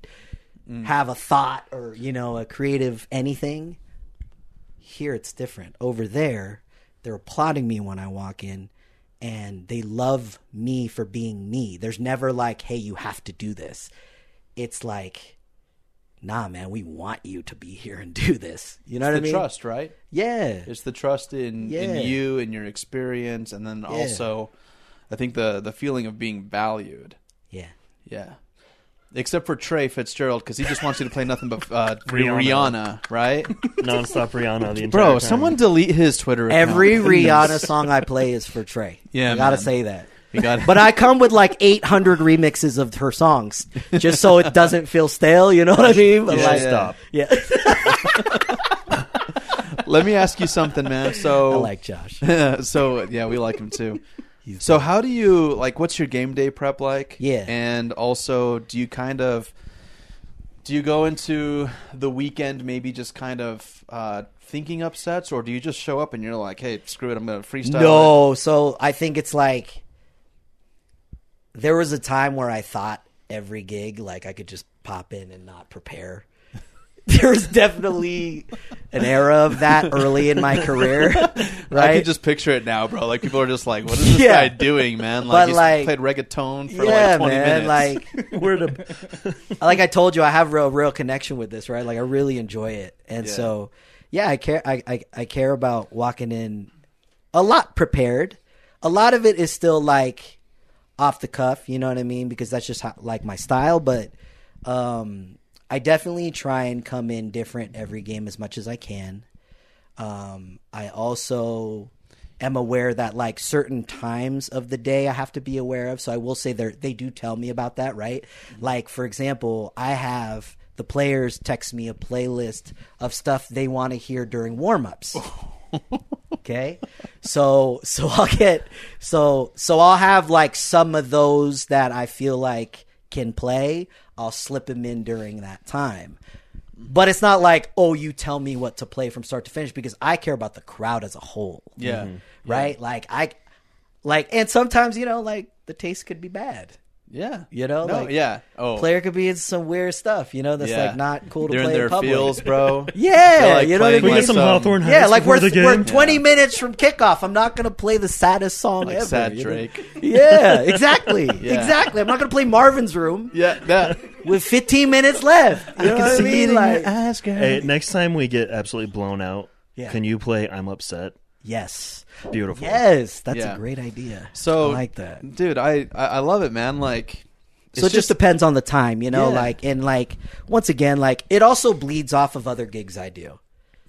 [SPEAKER 2] have a thought or, you know, a creative anything here it's different. Over there, they're applauding me when I walk in and they love me for being me. There's never like, hey, you have to do this. It's like, nah, man, we want you to be here and do this. You know what
[SPEAKER 1] the
[SPEAKER 2] I mean?
[SPEAKER 1] trust, right?
[SPEAKER 2] Yeah.
[SPEAKER 1] It's the trust in,
[SPEAKER 2] Yeah.
[SPEAKER 1] in you and your experience, and then also, I think the the feeling of being valued.
[SPEAKER 2] Yeah.
[SPEAKER 1] Yeah. Except for Trey Fitzgerald, because he just wants you to play nothing but uh, Rihanna.
[SPEAKER 3] Rihanna.
[SPEAKER 1] right?
[SPEAKER 3] Nonstop Rihanna the entire
[SPEAKER 1] Bro,
[SPEAKER 3] time.
[SPEAKER 1] someone delete his Twitter. account.
[SPEAKER 2] Every
[SPEAKER 1] Goodness.
[SPEAKER 2] Rihanna song I play is for Trey.
[SPEAKER 1] Yeah,
[SPEAKER 2] I gotta
[SPEAKER 1] man.
[SPEAKER 2] say that.
[SPEAKER 1] You got
[SPEAKER 2] But I come with like 800 remixes of her songs, just so it doesn't feel stale. You know what I mean? But
[SPEAKER 3] You should
[SPEAKER 2] like,
[SPEAKER 3] stop.
[SPEAKER 2] yeah,
[SPEAKER 1] Let me ask you something, man. So,
[SPEAKER 2] I like Josh.
[SPEAKER 1] so yeah, we like him too. So how do you like? What's your game day prep like?
[SPEAKER 2] Yeah.
[SPEAKER 1] and also do you kind of do you go into the weekend maybe just kind of uh, thinking up sets, or do you just show up and you're like, hey, screw it, I'm gonna freestyle? it?
[SPEAKER 2] No, so I think it's like there was a time where I thought every gig like I could just pop in and not prepare. There was definitely an era of that early in my career, right?
[SPEAKER 1] I can just picture it now, bro. Like people are just like, what is this
[SPEAKER 2] Yeah.
[SPEAKER 1] guy doing, man? Like
[SPEAKER 2] But,
[SPEAKER 1] he's
[SPEAKER 2] like-
[SPEAKER 1] played reggaeton for
[SPEAKER 2] yeah,
[SPEAKER 1] like 20
[SPEAKER 2] man.
[SPEAKER 1] minutes.
[SPEAKER 2] Like,
[SPEAKER 3] Where the
[SPEAKER 2] like I told you, I have real, real connection with this, right? Like, I really enjoy it, and
[SPEAKER 1] Yeah.
[SPEAKER 2] so yeah, I care. I, I I care about walking in a lot prepared. A lot of it is still like off the cuff, you know what I mean? Because that's just how, like my style. But um, I definitely try and come in different every game as much as I can. Um, I also am aware that like certain times of the day I have to be aware of. So I will say they they do tell me about that, right? Like for example, I have the players text me a playlist of stuff they want to hear during warm-ups. Okay. So so I'll get so so I'll have like some of those that I feel like can play. I'll slip them in during that time. But it's not like, oh, you tell me what to play from start to finish because I care about the crowd as a whole.
[SPEAKER 1] yeah,
[SPEAKER 2] Right? Like I like and sometimes, you know, like the taste could be bad.
[SPEAKER 1] yeah,
[SPEAKER 2] You know,
[SPEAKER 1] No,
[SPEAKER 2] like
[SPEAKER 1] yeah. Oh,
[SPEAKER 2] Player could be into some weird stuff, you know, that's
[SPEAKER 1] yeah.
[SPEAKER 2] like not cool to
[SPEAKER 1] They're
[SPEAKER 2] play
[SPEAKER 1] in their
[SPEAKER 2] in public.
[SPEAKER 1] feels, bro.
[SPEAKER 2] Yeah,
[SPEAKER 1] They're, like,
[SPEAKER 2] you know what I
[SPEAKER 1] playing,
[SPEAKER 2] mean?
[SPEAKER 3] we get some
[SPEAKER 1] um,
[SPEAKER 3] Hawthorne
[SPEAKER 2] Yeah,
[SPEAKER 3] Heights
[SPEAKER 2] like
[SPEAKER 3] before
[SPEAKER 2] we're,
[SPEAKER 3] the game.
[SPEAKER 2] we're 20 minutes from kickoff. I'm not going to play the saddest song
[SPEAKER 1] Like
[SPEAKER 2] ever.
[SPEAKER 1] sad
[SPEAKER 2] you know?
[SPEAKER 1] Drake.
[SPEAKER 2] Yeah, exactly. Exactly. I'm not going to play Marvin's Room
[SPEAKER 1] Yeah, that.
[SPEAKER 2] with 15 minutes left. You know what I
[SPEAKER 1] see it
[SPEAKER 2] mean?
[SPEAKER 1] in
[SPEAKER 2] Like,
[SPEAKER 3] Hey, next time we get absolutely blown out,
[SPEAKER 2] Yeah.
[SPEAKER 3] can you play I'm Upset?
[SPEAKER 2] yes.
[SPEAKER 3] Beautiful.
[SPEAKER 2] Yes, that's
[SPEAKER 1] Yeah.
[SPEAKER 2] a great idea.
[SPEAKER 1] So
[SPEAKER 2] I like that.
[SPEAKER 1] dude. I, I I love it, man. Like,
[SPEAKER 2] So it just, depends on the time, you know,
[SPEAKER 1] Yeah.
[SPEAKER 2] like and like once again, like it also bleeds off of other gigs I do.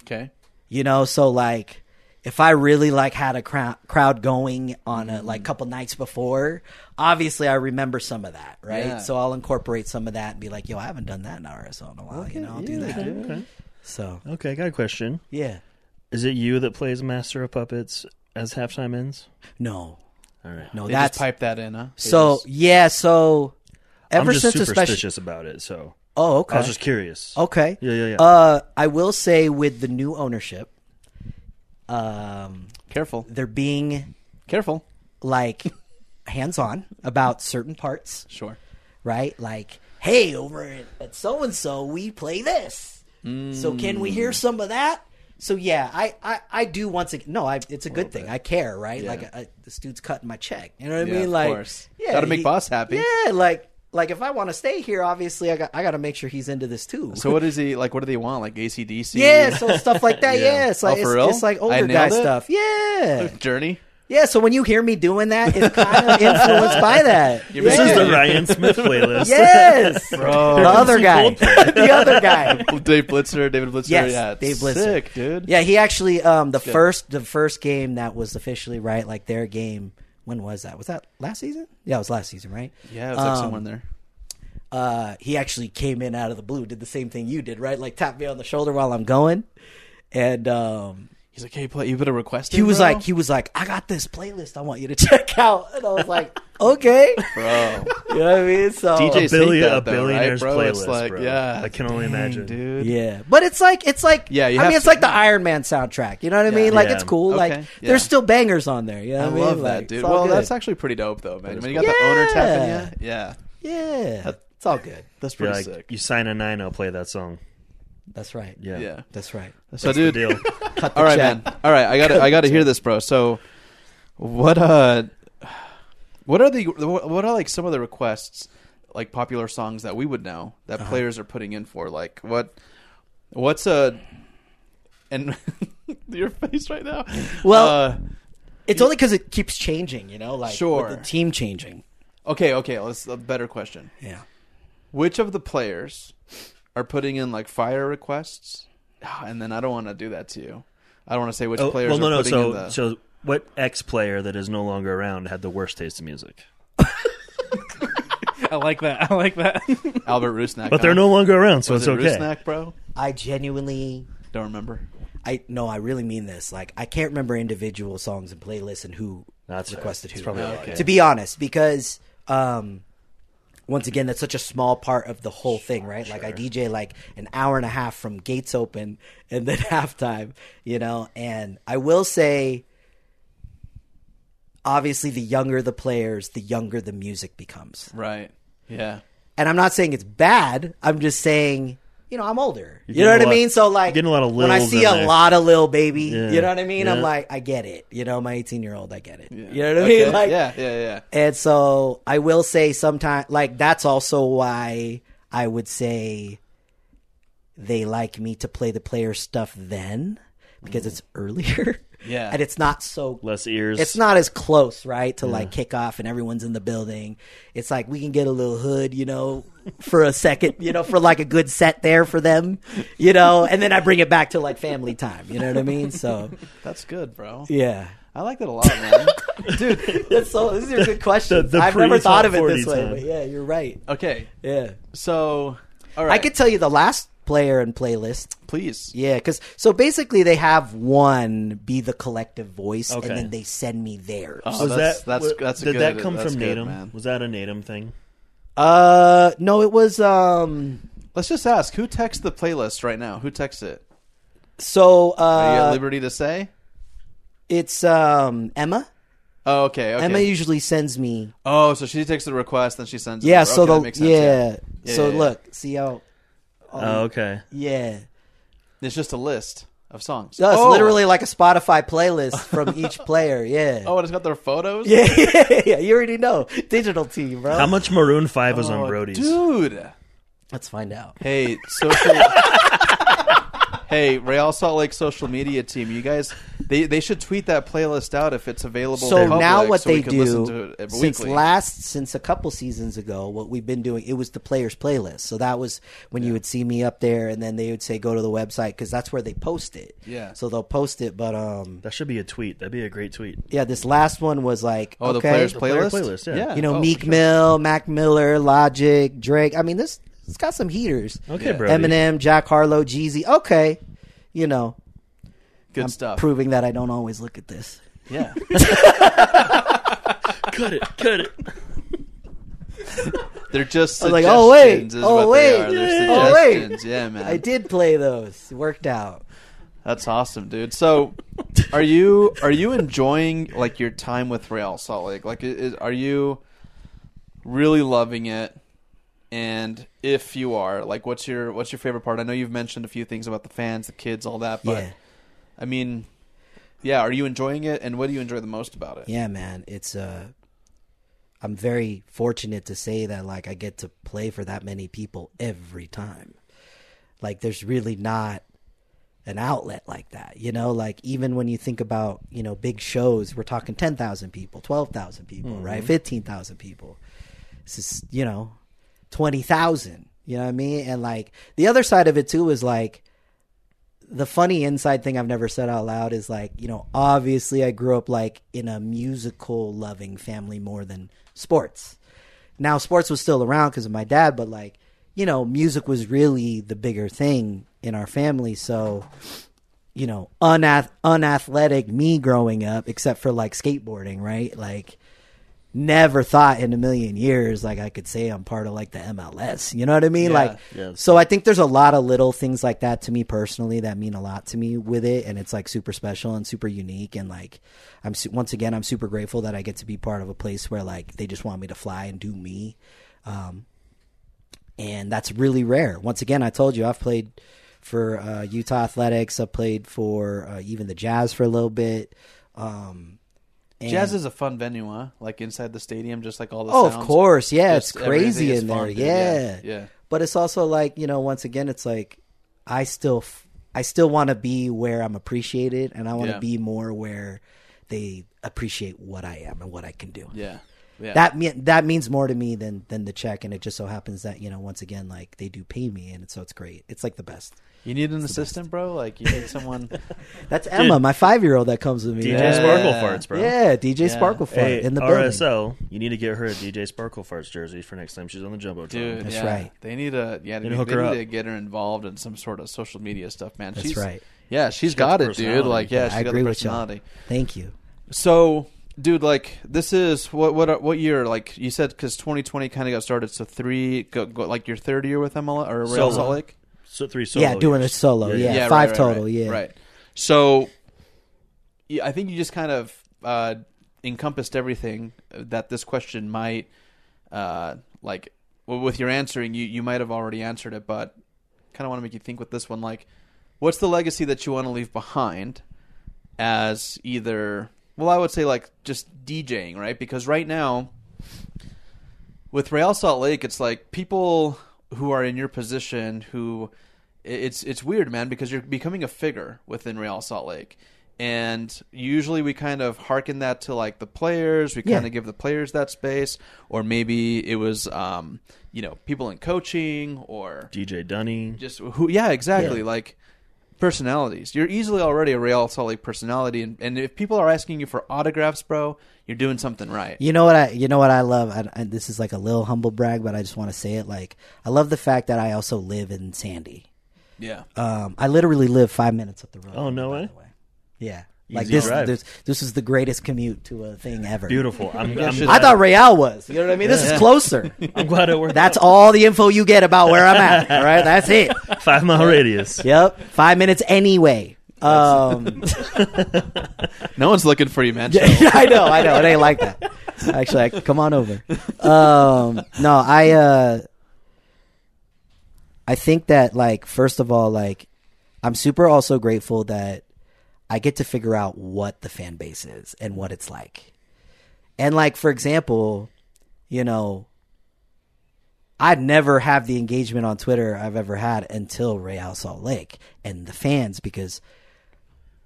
[SPEAKER 1] Okay.
[SPEAKER 2] you know so like if i really like had a crowd crowd going on a
[SPEAKER 3] Mm.
[SPEAKER 2] like couple nights before obviously i remember some of that right
[SPEAKER 1] Yeah.
[SPEAKER 2] so i'll incorporate some of that and be like yo i haven't done that in rso in a while you know i'll do that
[SPEAKER 3] Okay.
[SPEAKER 2] so
[SPEAKER 3] Okay, I got a question.
[SPEAKER 2] yeah
[SPEAKER 3] Is it you that plays Master of Puppets as halftime ends?
[SPEAKER 2] no
[SPEAKER 3] All right.
[SPEAKER 2] no
[SPEAKER 1] They
[SPEAKER 2] that's
[SPEAKER 1] just pipe that in, huh? They
[SPEAKER 2] so
[SPEAKER 1] just-
[SPEAKER 2] yeah so
[SPEAKER 3] I'm
[SPEAKER 2] ever
[SPEAKER 3] just
[SPEAKER 2] since a special
[SPEAKER 3] superstitious about it, so
[SPEAKER 2] oh okay
[SPEAKER 3] I was just curious.
[SPEAKER 2] okay
[SPEAKER 3] Yeah, yeah, yeah.
[SPEAKER 2] uh i will say with the new ownership um
[SPEAKER 1] careful,
[SPEAKER 2] they're being
[SPEAKER 1] careful.
[SPEAKER 2] like hands on about certain parts
[SPEAKER 1] Sure.
[SPEAKER 2] right? Like, hey, over at- at so and so, we play this. So can we hear some of that? So yeah, I I, I do once again. No, I, it's a good thing. I care, right? Like, I, this dude's cutting my check. You know what
[SPEAKER 1] Yeah,
[SPEAKER 2] I mean?
[SPEAKER 1] of
[SPEAKER 2] Like,
[SPEAKER 1] course. Gotta make boss happy.
[SPEAKER 2] Yeah, like like if I want to stay here, obviously I got I got to make sure he's into this too.
[SPEAKER 1] So what is he like? What do they want? Like ACDC?
[SPEAKER 2] yeah, so stuff like that.
[SPEAKER 1] Yeah.
[SPEAKER 2] yeah. it's like
[SPEAKER 1] Oh,
[SPEAKER 2] it's,
[SPEAKER 1] for real?
[SPEAKER 2] it's like
[SPEAKER 1] I
[SPEAKER 2] older guy
[SPEAKER 1] nailed it?
[SPEAKER 2] stuff. Yeah,
[SPEAKER 1] Journey.
[SPEAKER 2] yeah. So when you hear me doing that, it's kind of influenced by that.
[SPEAKER 3] This is
[SPEAKER 2] Yeah.
[SPEAKER 3] the Ryan Smith playlist.
[SPEAKER 2] Yes, the other guy, the other guy.
[SPEAKER 1] Dave Blitzer, David Blitzer.
[SPEAKER 2] Yes,
[SPEAKER 1] yeah, it's
[SPEAKER 2] Dave Blitzer.
[SPEAKER 1] sick, dude.
[SPEAKER 2] Yeah, he actually um the first the first game that was officially right, like their game. When was that? Was that last season? Yeah, it was last season, right?
[SPEAKER 1] yeah. It was like
[SPEAKER 2] Um,
[SPEAKER 1] someone there.
[SPEAKER 2] Uh, he actually came in out of the blue, did the same thing you did, right? Like tap me on the shoulder while I'm going, and um,
[SPEAKER 1] He's like, hey, play, you better request.
[SPEAKER 2] he
[SPEAKER 1] it,
[SPEAKER 2] was
[SPEAKER 1] bro."
[SPEAKER 2] like, he was like, I got this playlist I want you to check out, and I was like, okay,
[SPEAKER 1] bro.
[SPEAKER 2] you know what I mean? So
[SPEAKER 1] DJ
[SPEAKER 3] A, billion,
[SPEAKER 1] Think that,
[SPEAKER 3] Oh,
[SPEAKER 1] though,
[SPEAKER 3] a billionaire's
[SPEAKER 1] right, bro?
[SPEAKER 3] playlist,
[SPEAKER 1] It's like,
[SPEAKER 3] bro.
[SPEAKER 1] yeah.
[SPEAKER 3] I can only imagine.
[SPEAKER 1] dude.
[SPEAKER 2] Yeah, but it's like it's like
[SPEAKER 1] Yeah,
[SPEAKER 2] yeah.
[SPEAKER 1] you
[SPEAKER 2] I
[SPEAKER 1] have
[SPEAKER 2] mean, it's
[SPEAKER 1] to-
[SPEAKER 2] like the Iron Man soundtrack. You know what I mean? Like
[SPEAKER 3] Yeah.
[SPEAKER 2] it's cool. Like
[SPEAKER 1] Okay, yeah.
[SPEAKER 2] there's still bangers on there. You know
[SPEAKER 1] I
[SPEAKER 2] what mean?
[SPEAKER 1] love
[SPEAKER 2] Like,
[SPEAKER 1] that, dude.
[SPEAKER 2] it's all
[SPEAKER 1] Well,
[SPEAKER 2] good.
[SPEAKER 1] that's actually pretty dope, though, man. When you got the owner
[SPEAKER 2] Yeah.
[SPEAKER 1] tapping you, yeah,
[SPEAKER 2] yeah, it's all good.
[SPEAKER 1] that's
[SPEAKER 3] Be
[SPEAKER 1] pretty
[SPEAKER 3] like,
[SPEAKER 1] sick.
[SPEAKER 3] you sign a nine, I'll play that song.
[SPEAKER 2] That's right.
[SPEAKER 3] Yeah.
[SPEAKER 1] yeah. Uh,
[SPEAKER 2] That's right.
[SPEAKER 1] So,
[SPEAKER 3] The
[SPEAKER 1] dude,
[SPEAKER 3] deal.
[SPEAKER 2] Cut the
[SPEAKER 1] all right,
[SPEAKER 2] check.
[SPEAKER 1] man. All right, I got to I got to hear this, bro. So, what uh, what are the what are like some of the requests, like popular songs that we would know that
[SPEAKER 3] Uh-huh.
[SPEAKER 1] players are putting in for? Like what, what's a, and your face right now.
[SPEAKER 2] Well-
[SPEAKER 1] Uh,
[SPEAKER 2] It's only because it keeps changing. You know, like with
[SPEAKER 1] Sure.
[SPEAKER 2] the team changing.
[SPEAKER 1] okay, okay. Let's a better question.
[SPEAKER 2] Yeah.
[SPEAKER 1] Which of the players are putting in like fire requests? Ah, And then I don't want to do that to you. I don't want to say which
[SPEAKER 3] Oh,
[SPEAKER 1] players
[SPEAKER 3] well, no,
[SPEAKER 1] are
[SPEAKER 3] no.
[SPEAKER 1] putting in
[SPEAKER 3] So,
[SPEAKER 1] the.
[SPEAKER 3] so what ex player that is no longer around had the worst taste in music?
[SPEAKER 4] I like that. I like that.
[SPEAKER 1] Albert Rusnak.
[SPEAKER 3] But they're no longer around, so
[SPEAKER 1] Was
[SPEAKER 3] it's
[SPEAKER 1] it
[SPEAKER 3] okay.
[SPEAKER 1] Rusnak, bro?
[SPEAKER 2] I genuinely,
[SPEAKER 1] Don't remember.
[SPEAKER 2] I no, I really mean this. Like I can't remember individual songs and playlists and who
[SPEAKER 3] That's fair.
[SPEAKER 2] requested who.
[SPEAKER 3] It's probably all
[SPEAKER 2] To be honest, because um, once again, that's such a small part of the whole thing, right? Like I DJ like an hour and a half from gates open and then halftime, you know. And I will say, obviously, the younger the players, the younger the music becomes.
[SPEAKER 1] Right. Yeah.
[SPEAKER 2] And I'm not saying it's bad. I'm just saying. You know, I'm older. You
[SPEAKER 3] getting
[SPEAKER 2] know
[SPEAKER 3] a
[SPEAKER 2] what I
[SPEAKER 3] lot-
[SPEAKER 2] mean? So like,
[SPEAKER 3] you're getting a lot of
[SPEAKER 2] when I
[SPEAKER 3] lils
[SPEAKER 2] see
[SPEAKER 3] in
[SPEAKER 2] a
[SPEAKER 3] there.
[SPEAKER 2] lot of little baby,
[SPEAKER 3] Yeah.
[SPEAKER 2] you know what I mean? I'm
[SPEAKER 3] Yeah.
[SPEAKER 2] like, I get it. You know, my 18 year old, I get it.
[SPEAKER 1] yeah.
[SPEAKER 2] You know what I
[SPEAKER 1] Okay,
[SPEAKER 2] mean? Like,
[SPEAKER 1] yeah, yeah, yeah.
[SPEAKER 2] and so I will say sometimes, like, that's also why I would say they like me to play the player stuff then because it's earlier.
[SPEAKER 1] Yeah.
[SPEAKER 2] And it's not so,
[SPEAKER 3] Mm. Less ears.
[SPEAKER 2] it's not as close, right? To like kickoff and everyone's in the building. It's like we can get a little hood, you know, for a second, you know, for like a good set there for them, you know, and then I bring it back to like family time. You know what I mean? So,
[SPEAKER 1] That's good, bro.
[SPEAKER 2] yeah.
[SPEAKER 1] I like that a lot, man. Dude.
[SPEAKER 2] That's so, this is a good question.
[SPEAKER 3] the
[SPEAKER 2] I've never
[SPEAKER 3] pre-top
[SPEAKER 2] thought of it
[SPEAKER 3] 40
[SPEAKER 2] this way,
[SPEAKER 3] time.
[SPEAKER 2] but yeah, you're right.
[SPEAKER 1] Okay.
[SPEAKER 2] Yeah.
[SPEAKER 1] So, all right.
[SPEAKER 2] I could tell you the last player and playlist.
[SPEAKER 1] Please.
[SPEAKER 2] Yeah, because so basically they have one be the collective voice,
[SPEAKER 3] Okay.
[SPEAKER 2] and then they send me theirs.
[SPEAKER 1] Oh,
[SPEAKER 3] Was
[SPEAKER 1] that's,
[SPEAKER 3] that
[SPEAKER 1] that's,
[SPEAKER 3] wa-
[SPEAKER 1] that's a
[SPEAKER 3] did
[SPEAKER 1] good,
[SPEAKER 3] that come
[SPEAKER 1] that's
[SPEAKER 3] from
[SPEAKER 1] good,
[SPEAKER 3] Natum?
[SPEAKER 1] Man.
[SPEAKER 3] Was that a Natum thing?
[SPEAKER 2] Uh, no, it was um.
[SPEAKER 1] Let's just ask who texts the playlist right now? Who texts it?
[SPEAKER 2] So
[SPEAKER 1] Are you at
[SPEAKER 2] uh,
[SPEAKER 1] liberty to say?
[SPEAKER 2] it's um Emma.
[SPEAKER 1] Oh, okay. okay.
[SPEAKER 2] Emma usually sends me.
[SPEAKER 1] Oh, so she takes the request, then she sends. It
[SPEAKER 2] Yeah.
[SPEAKER 1] over.
[SPEAKER 2] So
[SPEAKER 1] okay, that
[SPEAKER 2] the
[SPEAKER 1] makes sense,
[SPEAKER 2] yeah.
[SPEAKER 1] Yeah,
[SPEAKER 2] So
[SPEAKER 1] yeah, yeah.
[SPEAKER 2] look, see how
[SPEAKER 1] Um,
[SPEAKER 3] Oh, okay.
[SPEAKER 2] yeah.
[SPEAKER 1] it's just a list of songs.
[SPEAKER 2] So it's
[SPEAKER 1] oh,
[SPEAKER 2] literally like a Spotify playlist from each player. Yeah.
[SPEAKER 1] Oh, and it's got their photos.
[SPEAKER 2] Yeah, yeah, you already know. Digital team, bro.
[SPEAKER 3] How much Maroon Five was
[SPEAKER 1] Oh,
[SPEAKER 3] on Brody's?
[SPEAKER 1] dude.
[SPEAKER 2] Let's find out.
[SPEAKER 1] Hey, social. hey, Real Salt Lake social media team, you guys, they, they should tweet that playlist out if it's available.
[SPEAKER 2] So
[SPEAKER 1] to the
[SPEAKER 2] now
[SPEAKER 1] public
[SPEAKER 2] what
[SPEAKER 1] so
[SPEAKER 2] they
[SPEAKER 1] we can listen to
[SPEAKER 2] do
[SPEAKER 1] it every
[SPEAKER 2] since
[SPEAKER 1] weekly.
[SPEAKER 2] last since a couple seasons ago, what we've been doing it was the players playlist. So that was when you would see me up there, and then they would say go to the website because that's where they post it.
[SPEAKER 1] Yeah.
[SPEAKER 2] So they'll post it, but um,
[SPEAKER 3] That should be a tweet. That'd be a great tweet.
[SPEAKER 2] yeah, this last one was like
[SPEAKER 1] oh, the
[SPEAKER 2] okay,
[SPEAKER 1] players
[SPEAKER 3] player
[SPEAKER 1] playlist,
[SPEAKER 3] playlist, yeah.
[SPEAKER 2] you know
[SPEAKER 1] oh,
[SPEAKER 2] Meek Mill, Mac Miller, Logic, Drake. I mean this it's got some heaters.
[SPEAKER 3] Okay, bro.
[SPEAKER 2] Eminem, Jack Harlow, Jeezy. Okay, you know
[SPEAKER 1] good
[SPEAKER 2] I'm
[SPEAKER 1] stuff.
[SPEAKER 2] proving that I don't always look at this.
[SPEAKER 1] yeah,
[SPEAKER 3] Cut it. Cut it.
[SPEAKER 1] they're just
[SPEAKER 2] I was like,
[SPEAKER 1] suggestions.
[SPEAKER 2] oh, wait.
[SPEAKER 1] is
[SPEAKER 2] Oh,
[SPEAKER 1] what
[SPEAKER 2] wait.
[SPEAKER 1] they are. They're
[SPEAKER 2] Yeah. Oh, wait.
[SPEAKER 1] suggestions. yeah, man,
[SPEAKER 2] I did play those. It worked out.
[SPEAKER 1] that's awesome, dude. So, are you are you enjoying like your time with Real Salt Lake? Like, i- is, are you really loving it? And if you are, like, what's your what's your favorite part? I know you've mentioned a few things about the fans, the kids, all that, but
[SPEAKER 2] Yeah.
[SPEAKER 1] I mean, yeah, are you enjoying it? And what do you enjoy the most about it?
[SPEAKER 2] Yeah, man. It's uh I'm very fortunate to say that like I get to play for that many people every time. Like there's really not an outlet like that. You know, like even when you think about, you know, big shows, we're talking 10,000 people, 12,000 people, right? 15,000 people. This is, you know, 20,000. You know what I mean? And like the other side of it too is like the funny inside thing I've never said out loud is like, you know, obviously I grew up like in a musical loving family more than sports. Now sports was still around because of my dad, but like, you know, music was really the bigger thing in our family. So, you know, unath- unathletic me growing up, except for like skateboarding, right? Like, never thought in a million years like I could say I'm part of like the MLS. You know what I
[SPEAKER 1] Yeah,
[SPEAKER 2] mean? like,
[SPEAKER 3] yeah.
[SPEAKER 2] so I think there's a lot of little things like that to me personally that mean a lot to me with it, and it's like super special and super unique. And like, I'm su- once again, I'm super grateful that I get to be part of a place where like they just want me to fly and do me and that's really rare. Once again, I told you I've played for uh, Utah Athletics. I played for uh, even the Jazz for a little bit. Um, and-
[SPEAKER 1] Jazz is a fun venue, huh? Like inside the stadium, just like all the
[SPEAKER 2] oh, of
[SPEAKER 1] sounds.
[SPEAKER 2] course, yeah,
[SPEAKER 1] Just
[SPEAKER 2] it's crazy
[SPEAKER 1] everything is
[SPEAKER 2] in there,
[SPEAKER 1] fun, dude.
[SPEAKER 2] yeah.
[SPEAKER 1] yeah, yeah.
[SPEAKER 2] But it's also like you know, once again, it's like I still, f- I still want to be where I'm appreciated, and I want to
[SPEAKER 1] Yeah.
[SPEAKER 2] be more where they appreciate what I am and what I can do.
[SPEAKER 1] Yeah. Yeah.
[SPEAKER 2] that mean that means more to me than than the check and it just so happens that you know once again like they do pay me and so it's great it's like the best
[SPEAKER 1] you need an assistant, bro. Like you need someone.
[SPEAKER 2] that's emma my five-year-old that comes with me
[SPEAKER 3] DJ
[SPEAKER 2] man.
[SPEAKER 3] Sparkle farts, bro.
[SPEAKER 2] yeah dj sparkle fart
[SPEAKER 3] Hey,
[SPEAKER 2] in the
[SPEAKER 3] RSL,
[SPEAKER 2] building
[SPEAKER 3] you need to get her a DJ Sparkle Farts jersey for next time she's on the jumbotron.
[SPEAKER 1] Dude,
[SPEAKER 2] That's
[SPEAKER 1] yeah.
[SPEAKER 2] right.
[SPEAKER 1] They need a yeah. They,
[SPEAKER 3] Need to hook
[SPEAKER 1] they
[SPEAKER 3] her
[SPEAKER 1] need
[SPEAKER 3] up.
[SPEAKER 1] to get her involved in some sort of social media stuff, man.
[SPEAKER 2] That's
[SPEAKER 1] she's,
[SPEAKER 2] right.
[SPEAKER 1] Yeah, she's
[SPEAKER 3] got
[SPEAKER 1] got,
[SPEAKER 3] the
[SPEAKER 1] it, dude. Like yeah, she
[SPEAKER 2] i
[SPEAKER 1] got
[SPEAKER 2] agree
[SPEAKER 1] the
[SPEAKER 2] with you
[SPEAKER 1] personality.
[SPEAKER 2] thank you
[SPEAKER 1] So, dude, like this is what what what year? Like you said, because 2020 kind of got started. So three, go, go, like your third year with MLA or Real
[SPEAKER 3] Solo.
[SPEAKER 1] Salt Lake.
[SPEAKER 3] So three solo.
[SPEAKER 2] yeah doing
[SPEAKER 3] years.
[SPEAKER 2] it solo
[SPEAKER 3] Yeah,
[SPEAKER 2] yeah,
[SPEAKER 3] yeah.
[SPEAKER 1] right,
[SPEAKER 2] five
[SPEAKER 1] right,
[SPEAKER 2] total
[SPEAKER 1] right,
[SPEAKER 2] yeah
[SPEAKER 1] right so yeah, i think you just kind of uh, encompassed everything that this question might uh, like well, with your answering you, you might have already answered it but kind of want to make you think with this one like what's the legacy that you want to leave behind as either well i would say like just djing right because right now with Real Salt Lake, it's like people who are in your position who it's it's weird, man, because you're becoming a figure within Real Salt Lake. And usually we kind of hearken that to like the players. We
[SPEAKER 2] Yeah.
[SPEAKER 1] kind of give the players that space, or maybe it was, um, you know, people in coaching or
[SPEAKER 3] DJ Dunny.
[SPEAKER 1] just who yeah exactly like personalities you're easily already a real salt lake personality and, and if people are asking you for autographs bro you're doing something right
[SPEAKER 2] You know what I? You know what I love? I, I, this is like a little humble brag, but I just want to say it. Like, I love the fact that I also live in Sandy.
[SPEAKER 1] yeah
[SPEAKER 2] Um, I literally live five minutes up the road.
[SPEAKER 3] Oh, no
[SPEAKER 2] by
[SPEAKER 3] way.
[SPEAKER 2] the Yeah, like
[SPEAKER 3] Easy
[SPEAKER 2] this,
[SPEAKER 3] drive.
[SPEAKER 2] this. This is the greatest commute to a thing ever.
[SPEAKER 3] Beautiful. I'm, I'm,
[SPEAKER 2] I
[SPEAKER 3] glad,
[SPEAKER 2] thought Real was. You know what I mean? This is closer.
[SPEAKER 3] I'm glad it worked.
[SPEAKER 2] That's all the info you get about where I'm at. All right, that's it.
[SPEAKER 3] five mile radius.
[SPEAKER 2] Yep, five minutes anyway. Um,
[SPEAKER 1] no one's looking for you man
[SPEAKER 2] I know, I know. It ain't like that. Actually, I, come on over. Um, no, I. Uh, I think that like first of all, like I'm super also grateful that I get to figure out what the fan base is and what it's like. And like for example, you know, I'd never have the engagement on Twitter I've ever had until Real Salt Lake and the fans because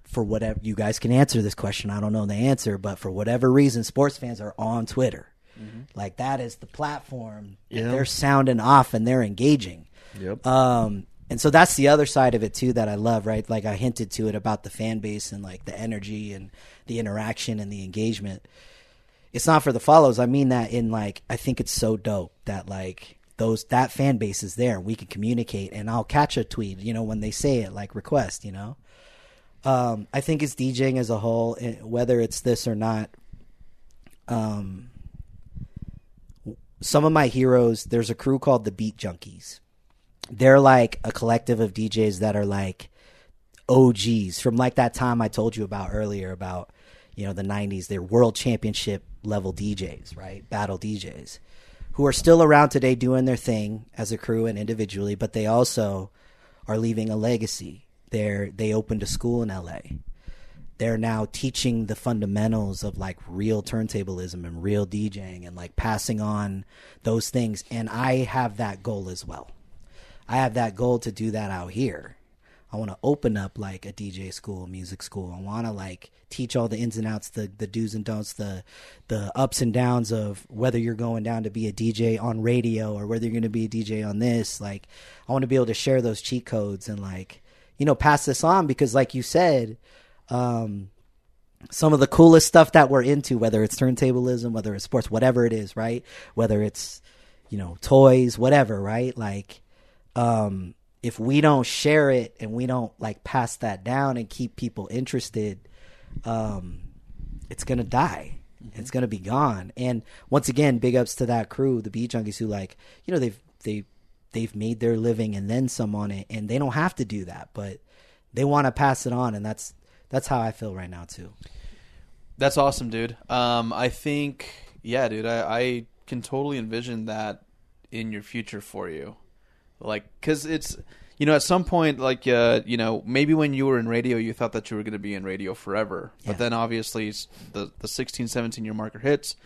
[SPEAKER 2] for whatever you guys can answer this question, I don't know the answer, but for whatever reason, sports fans are on Twitter. Like that is the platform. that
[SPEAKER 3] Mm-hmm. Yeah.
[SPEAKER 2] They're sounding off and they're engaging.
[SPEAKER 3] Yep.
[SPEAKER 2] Um, and so that's the other side of it too that I love, right? Like I hinted to it about the fan base and like the energy and the interaction and the engagement. It's not for the follows. I mean that in like I think it's so dope that like those that fan base is there. We can communicate, and I'll catch a tweet, you know, when they say it, like request, you know. Um, I think it's DJing as a whole, eh, whether it's this or not. Um, some of my heroes. There's a crew called the Beat Junkies they're like a collective of DJs that are like OGs from like that time I told you about earlier about you know the 90s they're world championship level DJs right battle DJs who are still around today doing their thing as a crew and individually but they also are leaving a legacy they're they opened a school in LA they're now teaching the fundamentals of like real turntablism and real DJing and like passing on those things and I have that goal as well I have that goal to do that out here. I want to open up like a DJ school, music school. I want to like teach all the ins and outs, the the do's and don'ts, the the ups and downs of whether you're going down to be a DJ on radio or whether you're going to be a DJ on this. Like I want to be able to share those cheat codes and like you know pass this on because like you said, um, some of the coolest stuff that we're into, whether it's turntablism, whether it's sports, whatever it is, right? Whether it's you know toys, whatever, right? Like um, if we don't share it and we don't like pass that down and keep people interested, um, it's gonna die. It's gonna be gone. And once again, big ups to that crew, the Beat Junkies, who like you know they've they they've made their living and then some on it, and they don't have to do that, but they want to pass it on, and that's that's how I feel right now too.
[SPEAKER 1] That's awesome, dude. Um, I think, yeah, dude, I, I can totally envision that in your future for you. Like, because it's, you know, at some point, like, uh, you know, maybe when you were in radio, you thought that you were going to be in radio forever.
[SPEAKER 2] Yeah.
[SPEAKER 1] But then obviously, s- the, the 16, 17 year marker hits.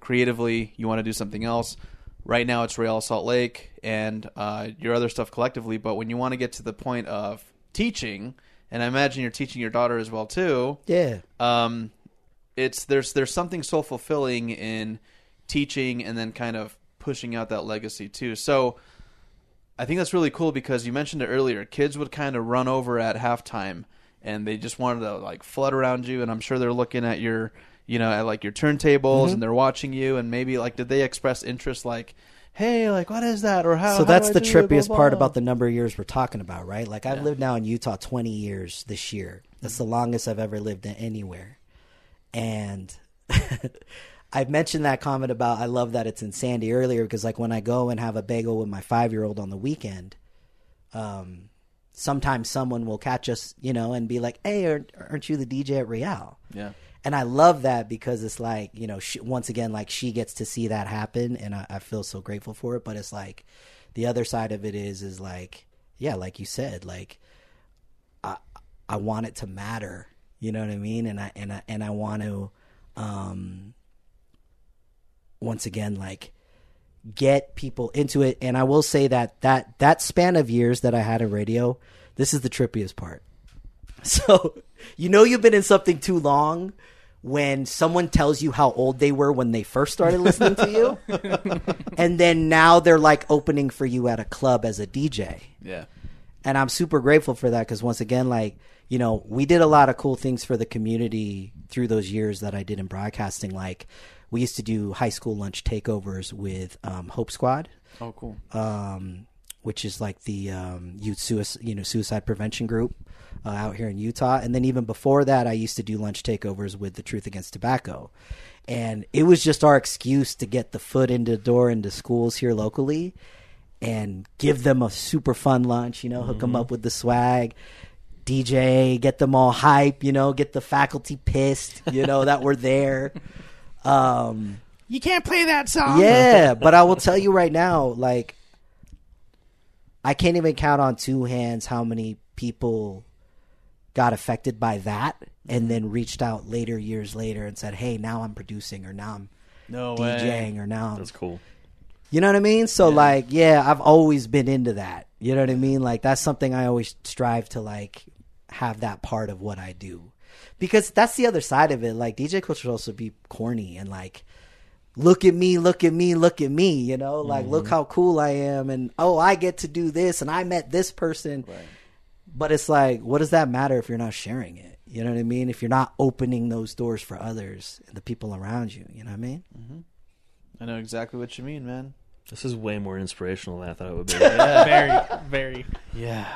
[SPEAKER 1] Creatively, you want to do something else. Right now, it's Real Salt Lake and uh, your other stuff collectively. But when you want to get to the point of teaching, and I imagine you're teaching your daughter as well, too
[SPEAKER 2] Yeah,
[SPEAKER 1] um, it's there's there's something so fulfilling in teaching and then kind of pushing out that legacy too. So I think that's really cool because you mentioned it earlier. Kids would kind of run over at halftime and they just wanted to like flood around you, and I'm sure they're looking at your you know at like your turntables
[SPEAKER 2] Mm-hmm.
[SPEAKER 1] and they're watching you, and maybe like did they express interest like. Hey, like, what is that? Or Uh, how?
[SPEAKER 2] so that's the trippiest part about the number of years we're talking about, right? Like I've lived now in Utah 20 years this year. That's the longest I've ever lived in anywhere. And I've mentioned that comment about I love that it's in Sandy earlier because like when I go and have a bagel with my 5-year-old on the weekend, um sometimes someone will catch us, you know, and be like, "Hey, aren't, aren't you the DJ at Real?"
[SPEAKER 1] Yeah.
[SPEAKER 2] and I love that because it's like you know she, once again like she gets to see that happen, and I, I feel so grateful for it. But it's like the other side of it is is like yeah, like you said, like I I want it to matter, you know what I mean, and I and I and I want to um once again like get people into it and i will say that that that span of years that i had in radio this is the trippiest part so you know you've been in something too long when someone tells you how old they were when they first started listening to you and then now they're like opening for you at a club as a DJ.
[SPEAKER 1] Yeah.
[SPEAKER 2] And I'm super grateful for that cuz once again like, you know, we did a lot of cool things for the community through those years that I did in broadcasting like we used to do high school lunch takeovers with um, Hope Squad
[SPEAKER 1] Oh, cool.
[SPEAKER 2] um, which is like the um, youth suicide, you know, suicide prevention group uh, out here in Utah. And then even before that, I used to do lunch takeovers with the Truth Against Tobacco, and it was just our excuse to get the foot into the door into schools here locally, and give them a super fun lunch. You know, hook them up with the swag. DJ, get them all hype, you know, get the faculty pissed, you know, that we're there. Um,
[SPEAKER 4] You can't play that song.
[SPEAKER 2] yeah, but I will tell you right now, like I can't even count on two hands how many people got affected by that and then reached out later years later and said, "Hey, now I'm producing or now I'm
[SPEAKER 1] No
[SPEAKER 2] DJing or now I'm
[SPEAKER 3] That's cool.
[SPEAKER 2] You know what I mean? So like, yeah, I've always been into that. You know what I mean? Like that's something I always strive to like have that part of what I do. Because that's the other side of it. Like DJ culture should also be corny and like look at me, look at me, look at me, you know? Like
[SPEAKER 1] Mm-hmm.
[SPEAKER 2] look how cool I am and oh, I get to do this and I met this person. But it's like, what does that matter if you're not sharing it? You know what I mean? If you're not opening those doors for others and the people around you, you know what I mean?
[SPEAKER 1] I know exactly what you mean, man.
[SPEAKER 3] This is way more inspirational than I thought it would be.
[SPEAKER 4] very, very.
[SPEAKER 1] Yeah.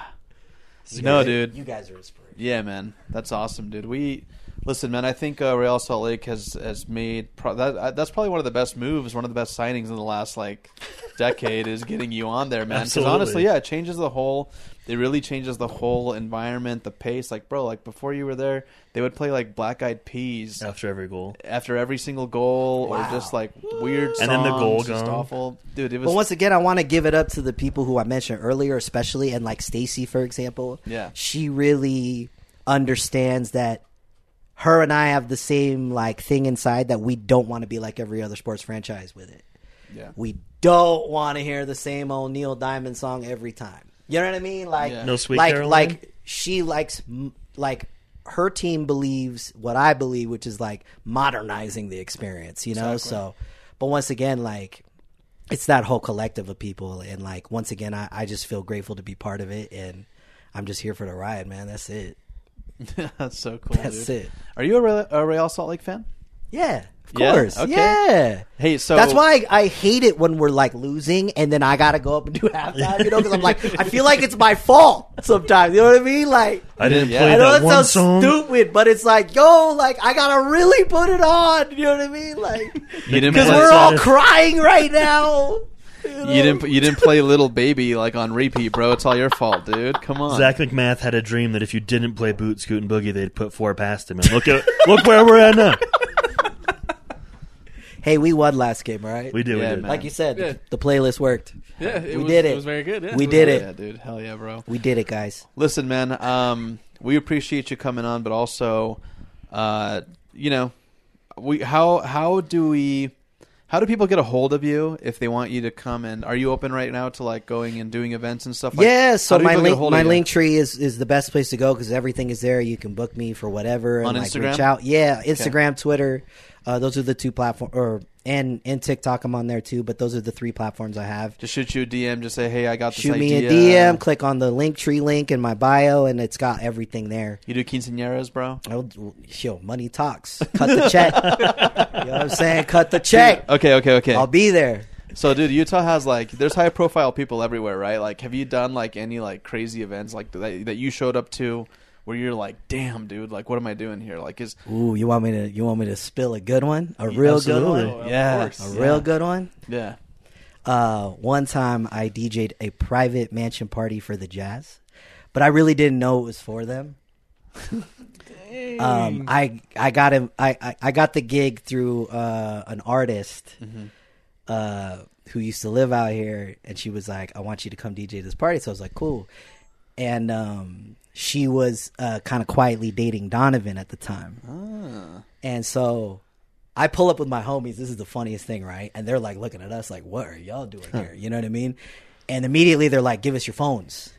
[SPEAKER 1] No, dude.
[SPEAKER 2] You guys are inspiring.
[SPEAKER 1] Yeah, man, that's awesome, dude. We listen, man. I think uh, Real Salt Lake has has made pro- that. uh, that's probably one of the best moves, one of the best signings in the last like decade is getting you on there, man. Because
[SPEAKER 3] Absolutely.
[SPEAKER 1] honestly, yeah, it changes the whole. It really changes the whole environment, the pace. Like, bro, like before you were there, they would play like Black Eyed Peas
[SPEAKER 3] After every goal.
[SPEAKER 1] after every single goal, or just like weird songs,
[SPEAKER 3] And then the goal
[SPEAKER 1] just
[SPEAKER 3] gong.
[SPEAKER 1] awful, dude. It was
[SPEAKER 2] But once again, I want to give it up to the people who I mentioned earlier, especially and like Stacy, for example.
[SPEAKER 1] Yeah.
[SPEAKER 2] she really understands that her and I have the same like thing inside that we don't want to be like every other sports franchise with it.
[SPEAKER 1] Yeah.
[SPEAKER 2] we don't want to hear the same old Neil Diamond song every time. You know what I mean? Like
[SPEAKER 1] Yeah.
[SPEAKER 3] No Sweet
[SPEAKER 2] like
[SPEAKER 3] Caroline?
[SPEAKER 2] like she likes m- like her team believes what I believe, which is like modernizing the experience. You know, so but once again, like it's that whole collective of people and like once again I, I just feel grateful to be part of it and i'm just here for the ride man that's it
[SPEAKER 1] that's so cool.
[SPEAKER 2] That's
[SPEAKER 1] dude.
[SPEAKER 2] it.
[SPEAKER 1] Are you a, Re- a Real Salt Lake fan?
[SPEAKER 2] yeah of
[SPEAKER 1] Yeah?
[SPEAKER 2] course
[SPEAKER 1] Okay.
[SPEAKER 2] yeah
[SPEAKER 1] Hey, so
[SPEAKER 2] that's why I, I hate it when we're like losing and then i gotta go up and do halftime you know because i'm like i feel like it's my fault sometimes you know what i mean like
[SPEAKER 3] I didn't
[SPEAKER 1] Yeah.
[SPEAKER 3] play
[SPEAKER 1] I
[SPEAKER 2] I know
[SPEAKER 3] that
[SPEAKER 2] that
[SPEAKER 3] one
[SPEAKER 2] sounds
[SPEAKER 3] song.
[SPEAKER 2] stupid, but it's like, yo, like I gotta really put it on. You know what I mean? Like,
[SPEAKER 1] you didn't
[SPEAKER 2] because
[SPEAKER 1] play-
[SPEAKER 2] we're all
[SPEAKER 3] That's-
[SPEAKER 2] crying right now.
[SPEAKER 1] You didn't. You didn't play Little Baby like on repeat, bro. It's all your fault, dude. Come on.
[SPEAKER 3] Zach McMath had a dream that if you didn't play Boot, Scoot, and Boogie, they'd put four past him. And look at look where we're at now.
[SPEAKER 2] Hey, we won last game, right?
[SPEAKER 3] We did,
[SPEAKER 1] Yeah,
[SPEAKER 3] we did.
[SPEAKER 1] man.
[SPEAKER 2] like you said,
[SPEAKER 4] Yeah.
[SPEAKER 2] the playlist worked.
[SPEAKER 4] Yeah, it
[SPEAKER 2] We
[SPEAKER 4] was,
[SPEAKER 2] did it.
[SPEAKER 4] was very good. Yeah,
[SPEAKER 2] We
[SPEAKER 4] was
[SPEAKER 2] did
[SPEAKER 4] very
[SPEAKER 2] it.
[SPEAKER 4] good. dude. Hell yeah, bro.
[SPEAKER 2] We did it, guys.
[SPEAKER 1] Listen, man. Um, we appreciate you coming on, but also, uh, you know, we how how do we how do people get a hold of you if they want you to come? And are you open right now to like going and doing events and stuff? Like,
[SPEAKER 2] yeah, so
[SPEAKER 1] how do
[SPEAKER 2] my
[SPEAKER 1] people get a
[SPEAKER 2] link,
[SPEAKER 1] hold of
[SPEAKER 2] my
[SPEAKER 1] you?
[SPEAKER 2] link tree is, is the best place to go because everything is there. You can book me for whatever
[SPEAKER 1] On
[SPEAKER 2] and like
[SPEAKER 1] Instagram?
[SPEAKER 2] reach out. Yeah, Instagram, Twitter, uh, those are the two platforms, or and and TikTok. I'm on there too, but those are the three platforms I have.
[SPEAKER 1] Just shoot you a DM. Just say, hey, I got this
[SPEAKER 2] Shoot me
[SPEAKER 1] idea.
[SPEAKER 2] a DM, click on the link tree link in my bio, and it's got everything there.
[SPEAKER 1] You do quinceañeras, bro.
[SPEAKER 2] I'll, yo, money talks. Cut the check. you know what I'm saying? Cut the check.
[SPEAKER 1] Okay, okay, okay.
[SPEAKER 2] I'll be there.
[SPEAKER 1] So, dude, Utah has like there's high profile people everywhere, right? Like, have you done like any like crazy events like that that you showed up to where you're like, damn, dude, like what am I doing here? Like, is
[SPEAKER 2] Ooh, you want me to you want me to spill a good one? A real
[SPEAKER 3] absolutely.
[SPEAKER 2] good one?
[SPEAKER 1] Oh, yeah,
[SPEAKER 2] A real good one?
[SPEAKER 1] yeah,
[SPEAKER 2] Uh, one time I DJ'd a private mansion party for the Jazz, but I really didn't know it was for them.
[SPEAKER 3] Mm.
[SPEAKER 2] um, I I got him. I, I, I got the gig through uh, an artist
[SPEAKER 3] Mm-hmm.
[SPEAKER 2] uh, who used to live out here, and she was like, "I want you to come DJ this party." So I was like, "Cool," and um, she was uh, kind of quietly dating Donovan at the time,
[SPEAKER 3] Ah.
[SPEAKER 2] and so I pull up with my homies. This is the funniest thing, right? And they're like looking at us like, what are y'all doing here? You know what I mean? And immediately they're like, give us your phones,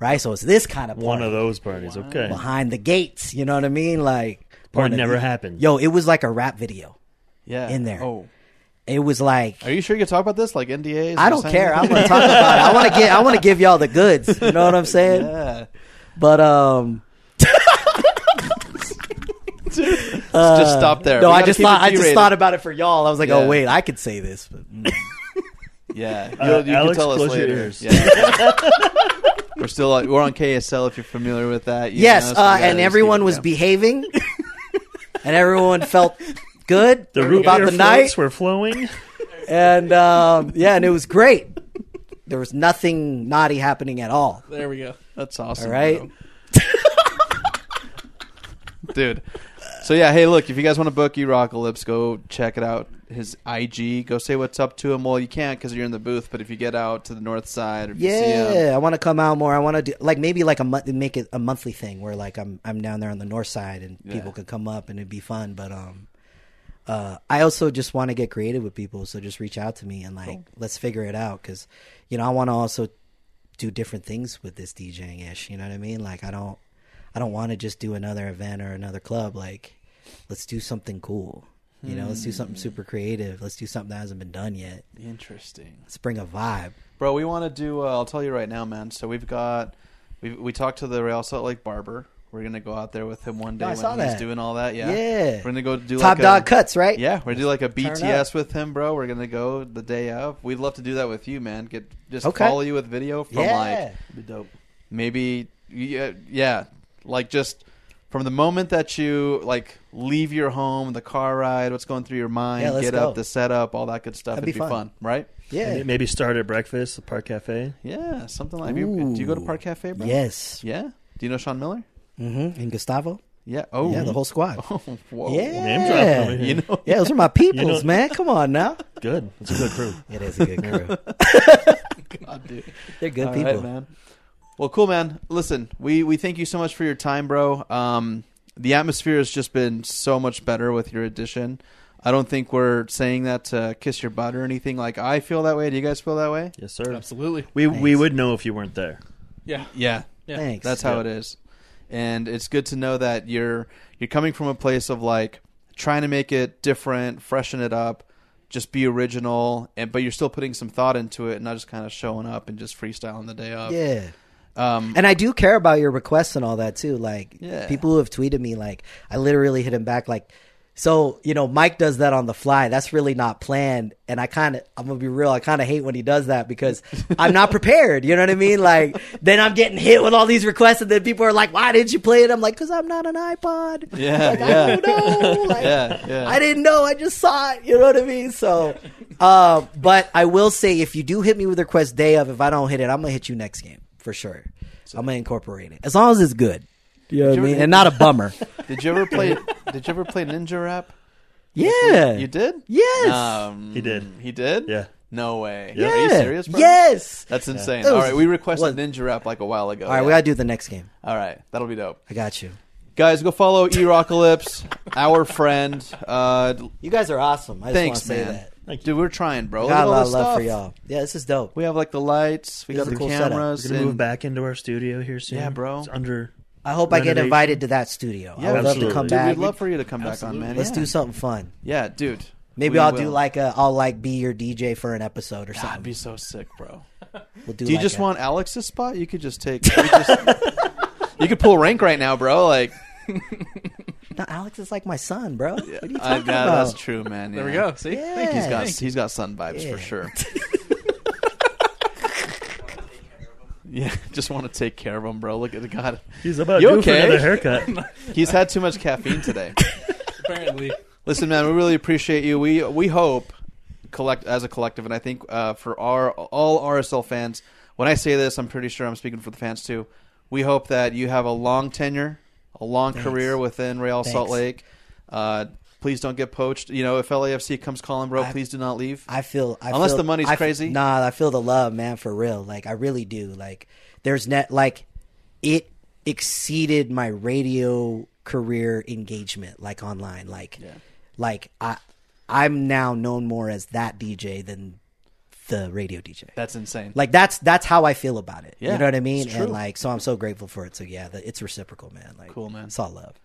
[SPEAKER 2] right? So it's this kind of
[SPEAKER 3] One
[SPEAKER 2] party
[SPEAKER 3] of those parties. Okay.
[SPEAKER 2] behind the gates. You know what I mean? Like,
[SPEAKER 3] Or it
[SPEAKER 2] one of
[SPEAKER 3] never
[SPEAKER 2] the-
[SPEAKER 3] happened.
[SPEAKER 2] Yo, it was like a rap video.
[SPEAKER 1] yeah,
[SPEAKER 2] In there.
[SPEAKER 1] Oh,
[SPEAKER 2] It was like
[SPEAKER 1] are you sure you can talk about this? Like NDAs?
[SPEAKER 2] I
[SPEAKER 1] or
[SPEAKER 2] don't
[SPEAKER 1] something?
[SPEAKER 2] care. I'm gonna talk about it. I want to get. I want to give y'all the goods. You know what I'm saying?
[SPEAKER 1] yeah,
[SPEAKER 2] But um,
[SPEAKER 1] just stop there.
[SPEAKER 2] no,
[SPEAKER 1] We
[SPEAKER 2] I
[SPEAKER 1] gotta
[SPEAKER 2] just
[SPEAKER 1] keep it
[SPEAKER 2] thought. I just
[SPEAKER 1] G-rated.
[SPEAKER 2] thought about it for y'all. I was like,
[SPEAKER 1] Yeah.
[SPEAKER 2] oh wait, I could say this. But
[SPEAKER 1] Yeah,
[SPEAKER 3] Uh,
[SPEAKER 1] You'll- you
[SPEAKER 3] Alex,
[SPEAKER 1] can tell us
[SPEAKER 3] close your
[SPEAKER 1] later.
[SPEAKER 3] ears.
[SPEAKER 1] Yeah. we're still on- we're on KSL if you're familiar with that. you
[SPEAKER 2] yes,
[SPEAKER 1] know, so
[SPEAKER 2] uh,
[SPEAKER 1] yeah,
[SPEAKER 2] and
[SPEAKER 1] just
[SPEAKER 2] everyone
[SPEAKER 1] keep-
[SPEAKER 2] was
[SPEAKER 1] yeah.
[SPEAKER 2] behaving, and everyone felt good
[SPEAKER 3] The root
[SPEAKER 2] about
[SPEAKER 3] beer
[SPEAKER 2] the
[SPEAKER 3] floats
[SPEAKER 2] night,
[SPEAKER 3] were flowing.
[SPEAKER 2] and um, yeah, and it was great. There was nothing naughty happening at all.
[SPEAKER 4] There we go.
[SPEAKER 1] That's awesome.
[SPEAKER 2] All right.
[SPEAKER 1] bro. dude. So yeah, hey, look, if you guys want to book Erocalypse, go check it out. His IG, go say what's up to him. Well, you can't because you're in the booth, but if you get out to the north side, or if you see um, him,
[SPEAKER 2] Yeah, I want to come out more. I want to do like maybe like a month, make it a monthly thing where like I'm I'm down there on the north side and people could come up and it'd be fun. But um, Uh, I also just want to get creative with people, so just reach out to me and like let's figure it out because you know I want to also do different things with this DJing ish. You know what I mean? Like I don't, I don't want to just do another event or another club. Like let's do something cool. You know, let's do
[SPEAKER 1] Hmm.
[SPEAKER 2] something super creative. Let's do something that hasn't been done yet.
[SPEAKER 1] Interesting.
[SPEAKER 2] Let's bring a vibe.
[SPEAKER 1] Bro, we want to do. Uh, I'll tell you right now, man. So we've got we we talked to the Real Salt Lake barber. We're gonna go out there with him one day
[SPEAKER 2] I
[SPEAKER 1] when
[SPEAKER 2] saw
[SPEAKER 1] he's
[SPEAKER 2] that.
[SPEAKER 1] doing all that. Yeah,
[SPEAKER 2] Yeah.
[SPEAKER 1] We're gonna go do
[SPEAKER 2] Top
[SPEAKER 1] like
[SPEAKER 2] dog
[SPEAKER 1] a,
[SPEAKER 2] cuts, right?
[SPEAKER 1] Yeah, we're gonna do like a
[SPEAKER 2] it
[SPEAKER 1] BTS with him, bro. We're gonna go the day of. We'd love to do that with you, man. Get just
[SPEAKER 2] Okay.
[SPEAKER 1] follow you with video from
[SPEAKER 2] Yeah.
[SPEAKER 1] like be dope. Maybe yeah, yeah, like just from the moment that you like leave your home, the car ride, what's going through your mind,
[SPEAKER 2] Yeah, let's
[SPEAKER 1] get
[SPEAKER 2] go.
[SPEAKER 1] up, the setup, all that good stuff.
[SPEAKER 2] That'd be
[SPEAKER 1] It'd
[SPEAKER 2] fun.
[SPEAKER 1] right?
[SPEAKER 2] Yeah.
[SPEAKER 3] Maybe- Maybe start at breakfast, the Park Cafe.
[SPEAKER 1] Yeah, something like. have You, do you go to
[SPEAKER 2] Ooh.
[SPEAKER 1] Park Cafe? Bro?
[SPEAKER 2] Yes.
[SPEAKER 1] Yeah. Do you know Sean Miller?
[SPEAKER 2] Mm-hmm. And Gustavo.
[SPEAKER 1] Yeah. Oh.
[SPEAKER 2] Yeah, the whole squad.
[SPEAKER 1] Whoa.
[SPEAKER 3] Name drop over
[SPEAKER 2] Yeah.
[SPEAKER 3] here.
[SPEAKER 1] You know.
[SPEAKER 2] Yeah, those are my peoples,
[SPEAKER 3] You know-
[SPEAKER 2] man. Come on now.
[SPEAKER 3] Good. It's a good crew.
[SPEAKER 2] It is a good crew.
[SPEAKER 1] God, dude.
[SPEAKER 2] They're good
[SPEAKER 1] All right,
[SPEAKER 2] people.
[SPEAKER 1] man. Well, cool, man. Listen, we we thank you so much for your time, bro. Um, the atmosphere has just been so much better with your addition. I don't think we're saying that to kiss your butt or anything. Like I feel that way. Do you guys feel that way?
[SPEAKER 3] Yes, sir.
[SPEAKER 4] Absolutely.
[SPEAKER 3] We we would know if you weren't there.
[SPEAKER 4] Yeah.
[SPEAKER 1] Yeah.
[SPEAKER 4] Yeah.
[SPEAKER 2] Thanks.
[SPEAKER 1] That's how it is. And it's good to know that you're you're coming from a place of like trying to make it different, freshen it up, just be original, and but you're still putting some thought into it and not just kind of showing up and just freestyling the day of.
[SPEAKER 2] Yeah.
[SPEAKER 1] Um,
[SPEAKER 2] And I do care about your requests and all that too. Like
[SPEAKER 1] Yeah.
[SPEAKER 2] people who have tweeted me, like I literally hit him back. Like, so you know, Mike does that on the fly. That's really not planned. And I kind of, I'm gonna be real. I kind of hate when he does that because I'm not prepared. You know what I mean? Like then I'm getting hit with all these requests, and then people are like, "Why didn't you play it?" I'm like, "Cause I'm not an iPod.
[SPEAKER 1] Yeah,
[SPEAKER 2] Like,
[SPEAKER 1] yeah.
[SPEAKER 2] I don't know. Like,
[SPEAKER 1] yeah, yeah.
[SPEAKER 2] I didn't know. I just saw it. You know what I mean? So, uh, but I will say, if you do hit me with a request day of, if I don't hit it, I'm gonna hit you next game for sure. I'm gonna incorporate it as long as it's good. You know what I
[SPEAKER 1] you
[SPEAKER 2] mean?
[SPEAKER 1] ever-
[SPEAKER 2] And not a bummer.
[SPEAKER 1] Did you ever play? did you ever play Ninja Rap?
[SPEAKER 2] yeah.
[SPEAKER 1] You did?
[SPEAKER 2] Yes.
[SPEAKER 1] Um,
[SPEAKER 3] He did.
[SPEAKER 1] He did.
[SPEAKER 3] Yeah.
[SPEAKER 1] No way.
[SPEAKER 3] Yeah.
[SPEAKER 1] Are you
[SPEAKER 2] Yeah.
[SPEAKER 1] serious? Bro?
[SPEAKER 2] Yes.
[SPEAKER 1] That's insane.
[SPEAKER 2] It was-
[SPEAKER 1] All right, we requested
[SPEAKER 2] was-
[SPEAKER 1] Ninja Rap like a while ago.
[SPEAKER 2] All right, we gotta do the next game.
[SPEAKER 1] All right, that'll be dope.
[SPEAKER 2] I got you.
[SPEAKER 1] Guys, go follow Erocalypse, our friend. Uh,
[SPEAKER 2] You guys are awesome. I just
[SPEAKER 1] thanks,
[SPEAKER 2] want to say
[SPEAKER 1] man.
[SPEAKER 2] that.
[SPEAKER 1] Dude, we're trying, bro. Look at
[SPEAKER 2] Got a
[SPEAKER 1] all
[SPEAKER 2] lot
[SPEAKER 1] this
[SPEAKER 2] of love
[SPEAKER 1] stuff.
[SPEAKER 2] for y'all. Yeah, this is dope.
[SPEAKER 1] We have like the lights. We
[SPEAKER 2] This
[SPEAKER 1] got the
[SPEAKER 2] is a cool setup.
[SPEAKER 1] cameras.
[SPEAKER 3] We're gonna move
[SPEAKER 1] and-
[SPEAKER 3] back into our studio here soon.
[SPEAKER 1] Yeah, bro.
[SPEAKER 3] It's under.
[SPEAKER 2] I hope I get
[SPEAKER 3] Renovation.
[SPEAKER 2] invited to that studio. I
[SPEAKER 1] Yeah,
[SPEAKER 2] would love
[SPEAKER 3] absolutely.
[SPEAKER 2] to come
[SPEAKER 3] Dude,
[SPEAKER 1] Dude,
[SPEAKER 2] back.
[SPEAKER 1] we'd love for you to come back on, man.
[SPEAKER 2] Let's
[SPEAKER 1] yeah.
[SPEAKER 2] do something fun.
[SPEAKER 1] Yeah, dude.
[SPEAKER 2] Maybe
[SPEAKER 1] We
[SPEAKER 2] I'll do
[SPEAKER 1] will.
[SPEAKER 2] like a I'll like be your DJ for an episode or something.
[SPEAKER 1] That'd be so sick, bro.
[SPEAKER 2] We'll do,
[SPEAKER 1] Do you
[SPEAKER 2] like
[SPEAKER 1] just
[SPEAKER 2] a-
[SPEAKER 1] want Alex's spot? You could just take. You, just, you could pull rank right now, bro. Like,
[SPEAKER 2] No, Alex is like my son, bro. What are you talking
[SPEAKER 1] I, yeah,
[SPEAKER 2] about?
[SPEAKER 1] that's true, man.
[SPEAKER 4] There we
[SPEAKER 1] yeah.
[SPEAKER 4] go. See?
[SPEAKER 2] Yeah.
[SPEAKER 4] Thank you.
[SPEAKER 1] He's got
[SPEAKER 4] Thank
[SPEAKER 1] he's got sun vibes
[SPEAKER 2] Yeah.
[SPEAKER 1] for sure. yeah, just want to take care of him, bro. Look at the god.
[SPEAKER 3] He's about
[SPEAKER 1] You
[SPEAKER 3] due
[SPEAKER 1] okay?
[SPEAKER 3] for another haircut.
[SPEAKER 1] He's had too much caffeine today.
[SPEAKER 4] Apparently.
[SPEAKER 1] Listen, man, we really appreciate you. We we hope collect as a collective, and I think uh, for our all RSL fans, when I say this, I'm pretty sure I'm speaking for the fans too. We hope that you have a long tenure, a long career within Real Salt
[SPEAKER 2] Thanks.
[SPEAKER 1] Lake. Uh, please don't get poached. You know, if LAFC comes calling, bro, please do not leave.
[SPEAKER 2] I feel I
[SPEAKER 1] Unless
[SPEAKER 2] feel-
[SPEAKER 1] the money's
[SPEAKER 2] I f-
[SPEAKER 1] crazy.
[SPEAKER 2] Nah, I feel the love, man, for real. Like I really do. Like there's net like it exceeded my radio career engagement, like online. Like like I I'm now known more as that DJ than the radio DJ.
[SPEAKER 1] That's insane.
[SPEAKER 2] like that's that's how I feel about it.
[SPEAKER 1] Yeah,
[SPEAKER 2] you know what I mean?
[SPEAKER 1] it's true.
[SPEAKER 2] And like so I'm so grateful for it. So yeah, the, it's reciprocal, man. Like
[SPEAKER 1] Cool, man.
[SPEAKER 2] It's all love.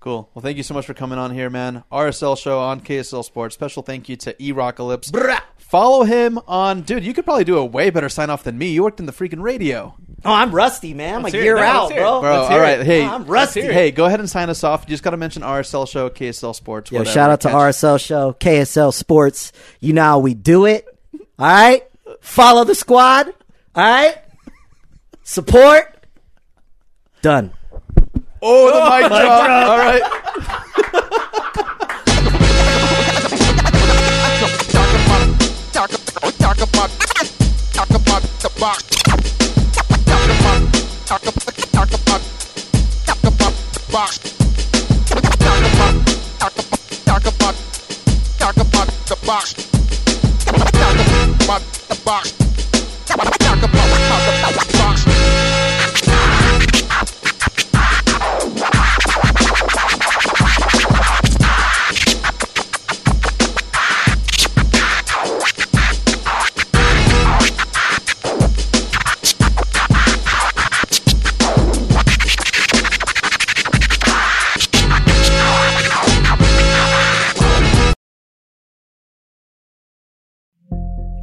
[SPEAKER 1] Cool. Well, thank you so much for coming on here, man. RSL show on KSL Sports. Special thank you to Erocalypse. Follow him on, dude. You could probably do a way better sign off than me. You worked in the freaking radio,
[SPEAKER 2] Oh, I'm rusty, man. I'm
[SPEAKER 4] Let's
[SPEAKER 2] a
[SPEAKER 4] hear it
[SPEAKER 2] year
[SPEAKER 4] now.
[SPEAKER 2] out,
[SPEAKER 4] Let's hear it.
[SPEAKER 2] bro.
[SPEAKER 1] bro. All right, hey,
[SPEAKER 2] I'm rusty. Let's hear it.
[SPEAKER 1] Hey, go ahead and sign us off. You just got to mention RSL show, KSL Sports.
[SPEAKER 2] Yo,
[SPEAKER 1] whatever.
[SPEAKER 2] shout out to
[SPEAKER 1] Catch-
[SPEAKER 2] RSL Show, KSL Sports. You know how we do it. All right. Follow the squad. All right. Support. Done.
[SPEAKER 1] Oh, the mic drop. All right.
[SPEAKER 5] talk about talk about talk about the box. Talk about talk about talk about talk about the box. Talk about talk about talk about talk about the box. Talk about the box. Talk about talk about the box.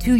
[SPEAKER 2] Two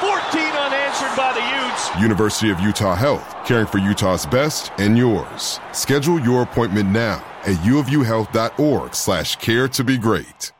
[SPEAKER 6] 14 unanswered by the Utes.
[SPEAKER 7] University of Utah Health, caring for Utah's best and yours. Schedule your appointment now at uofuhealth.org slash care to be great.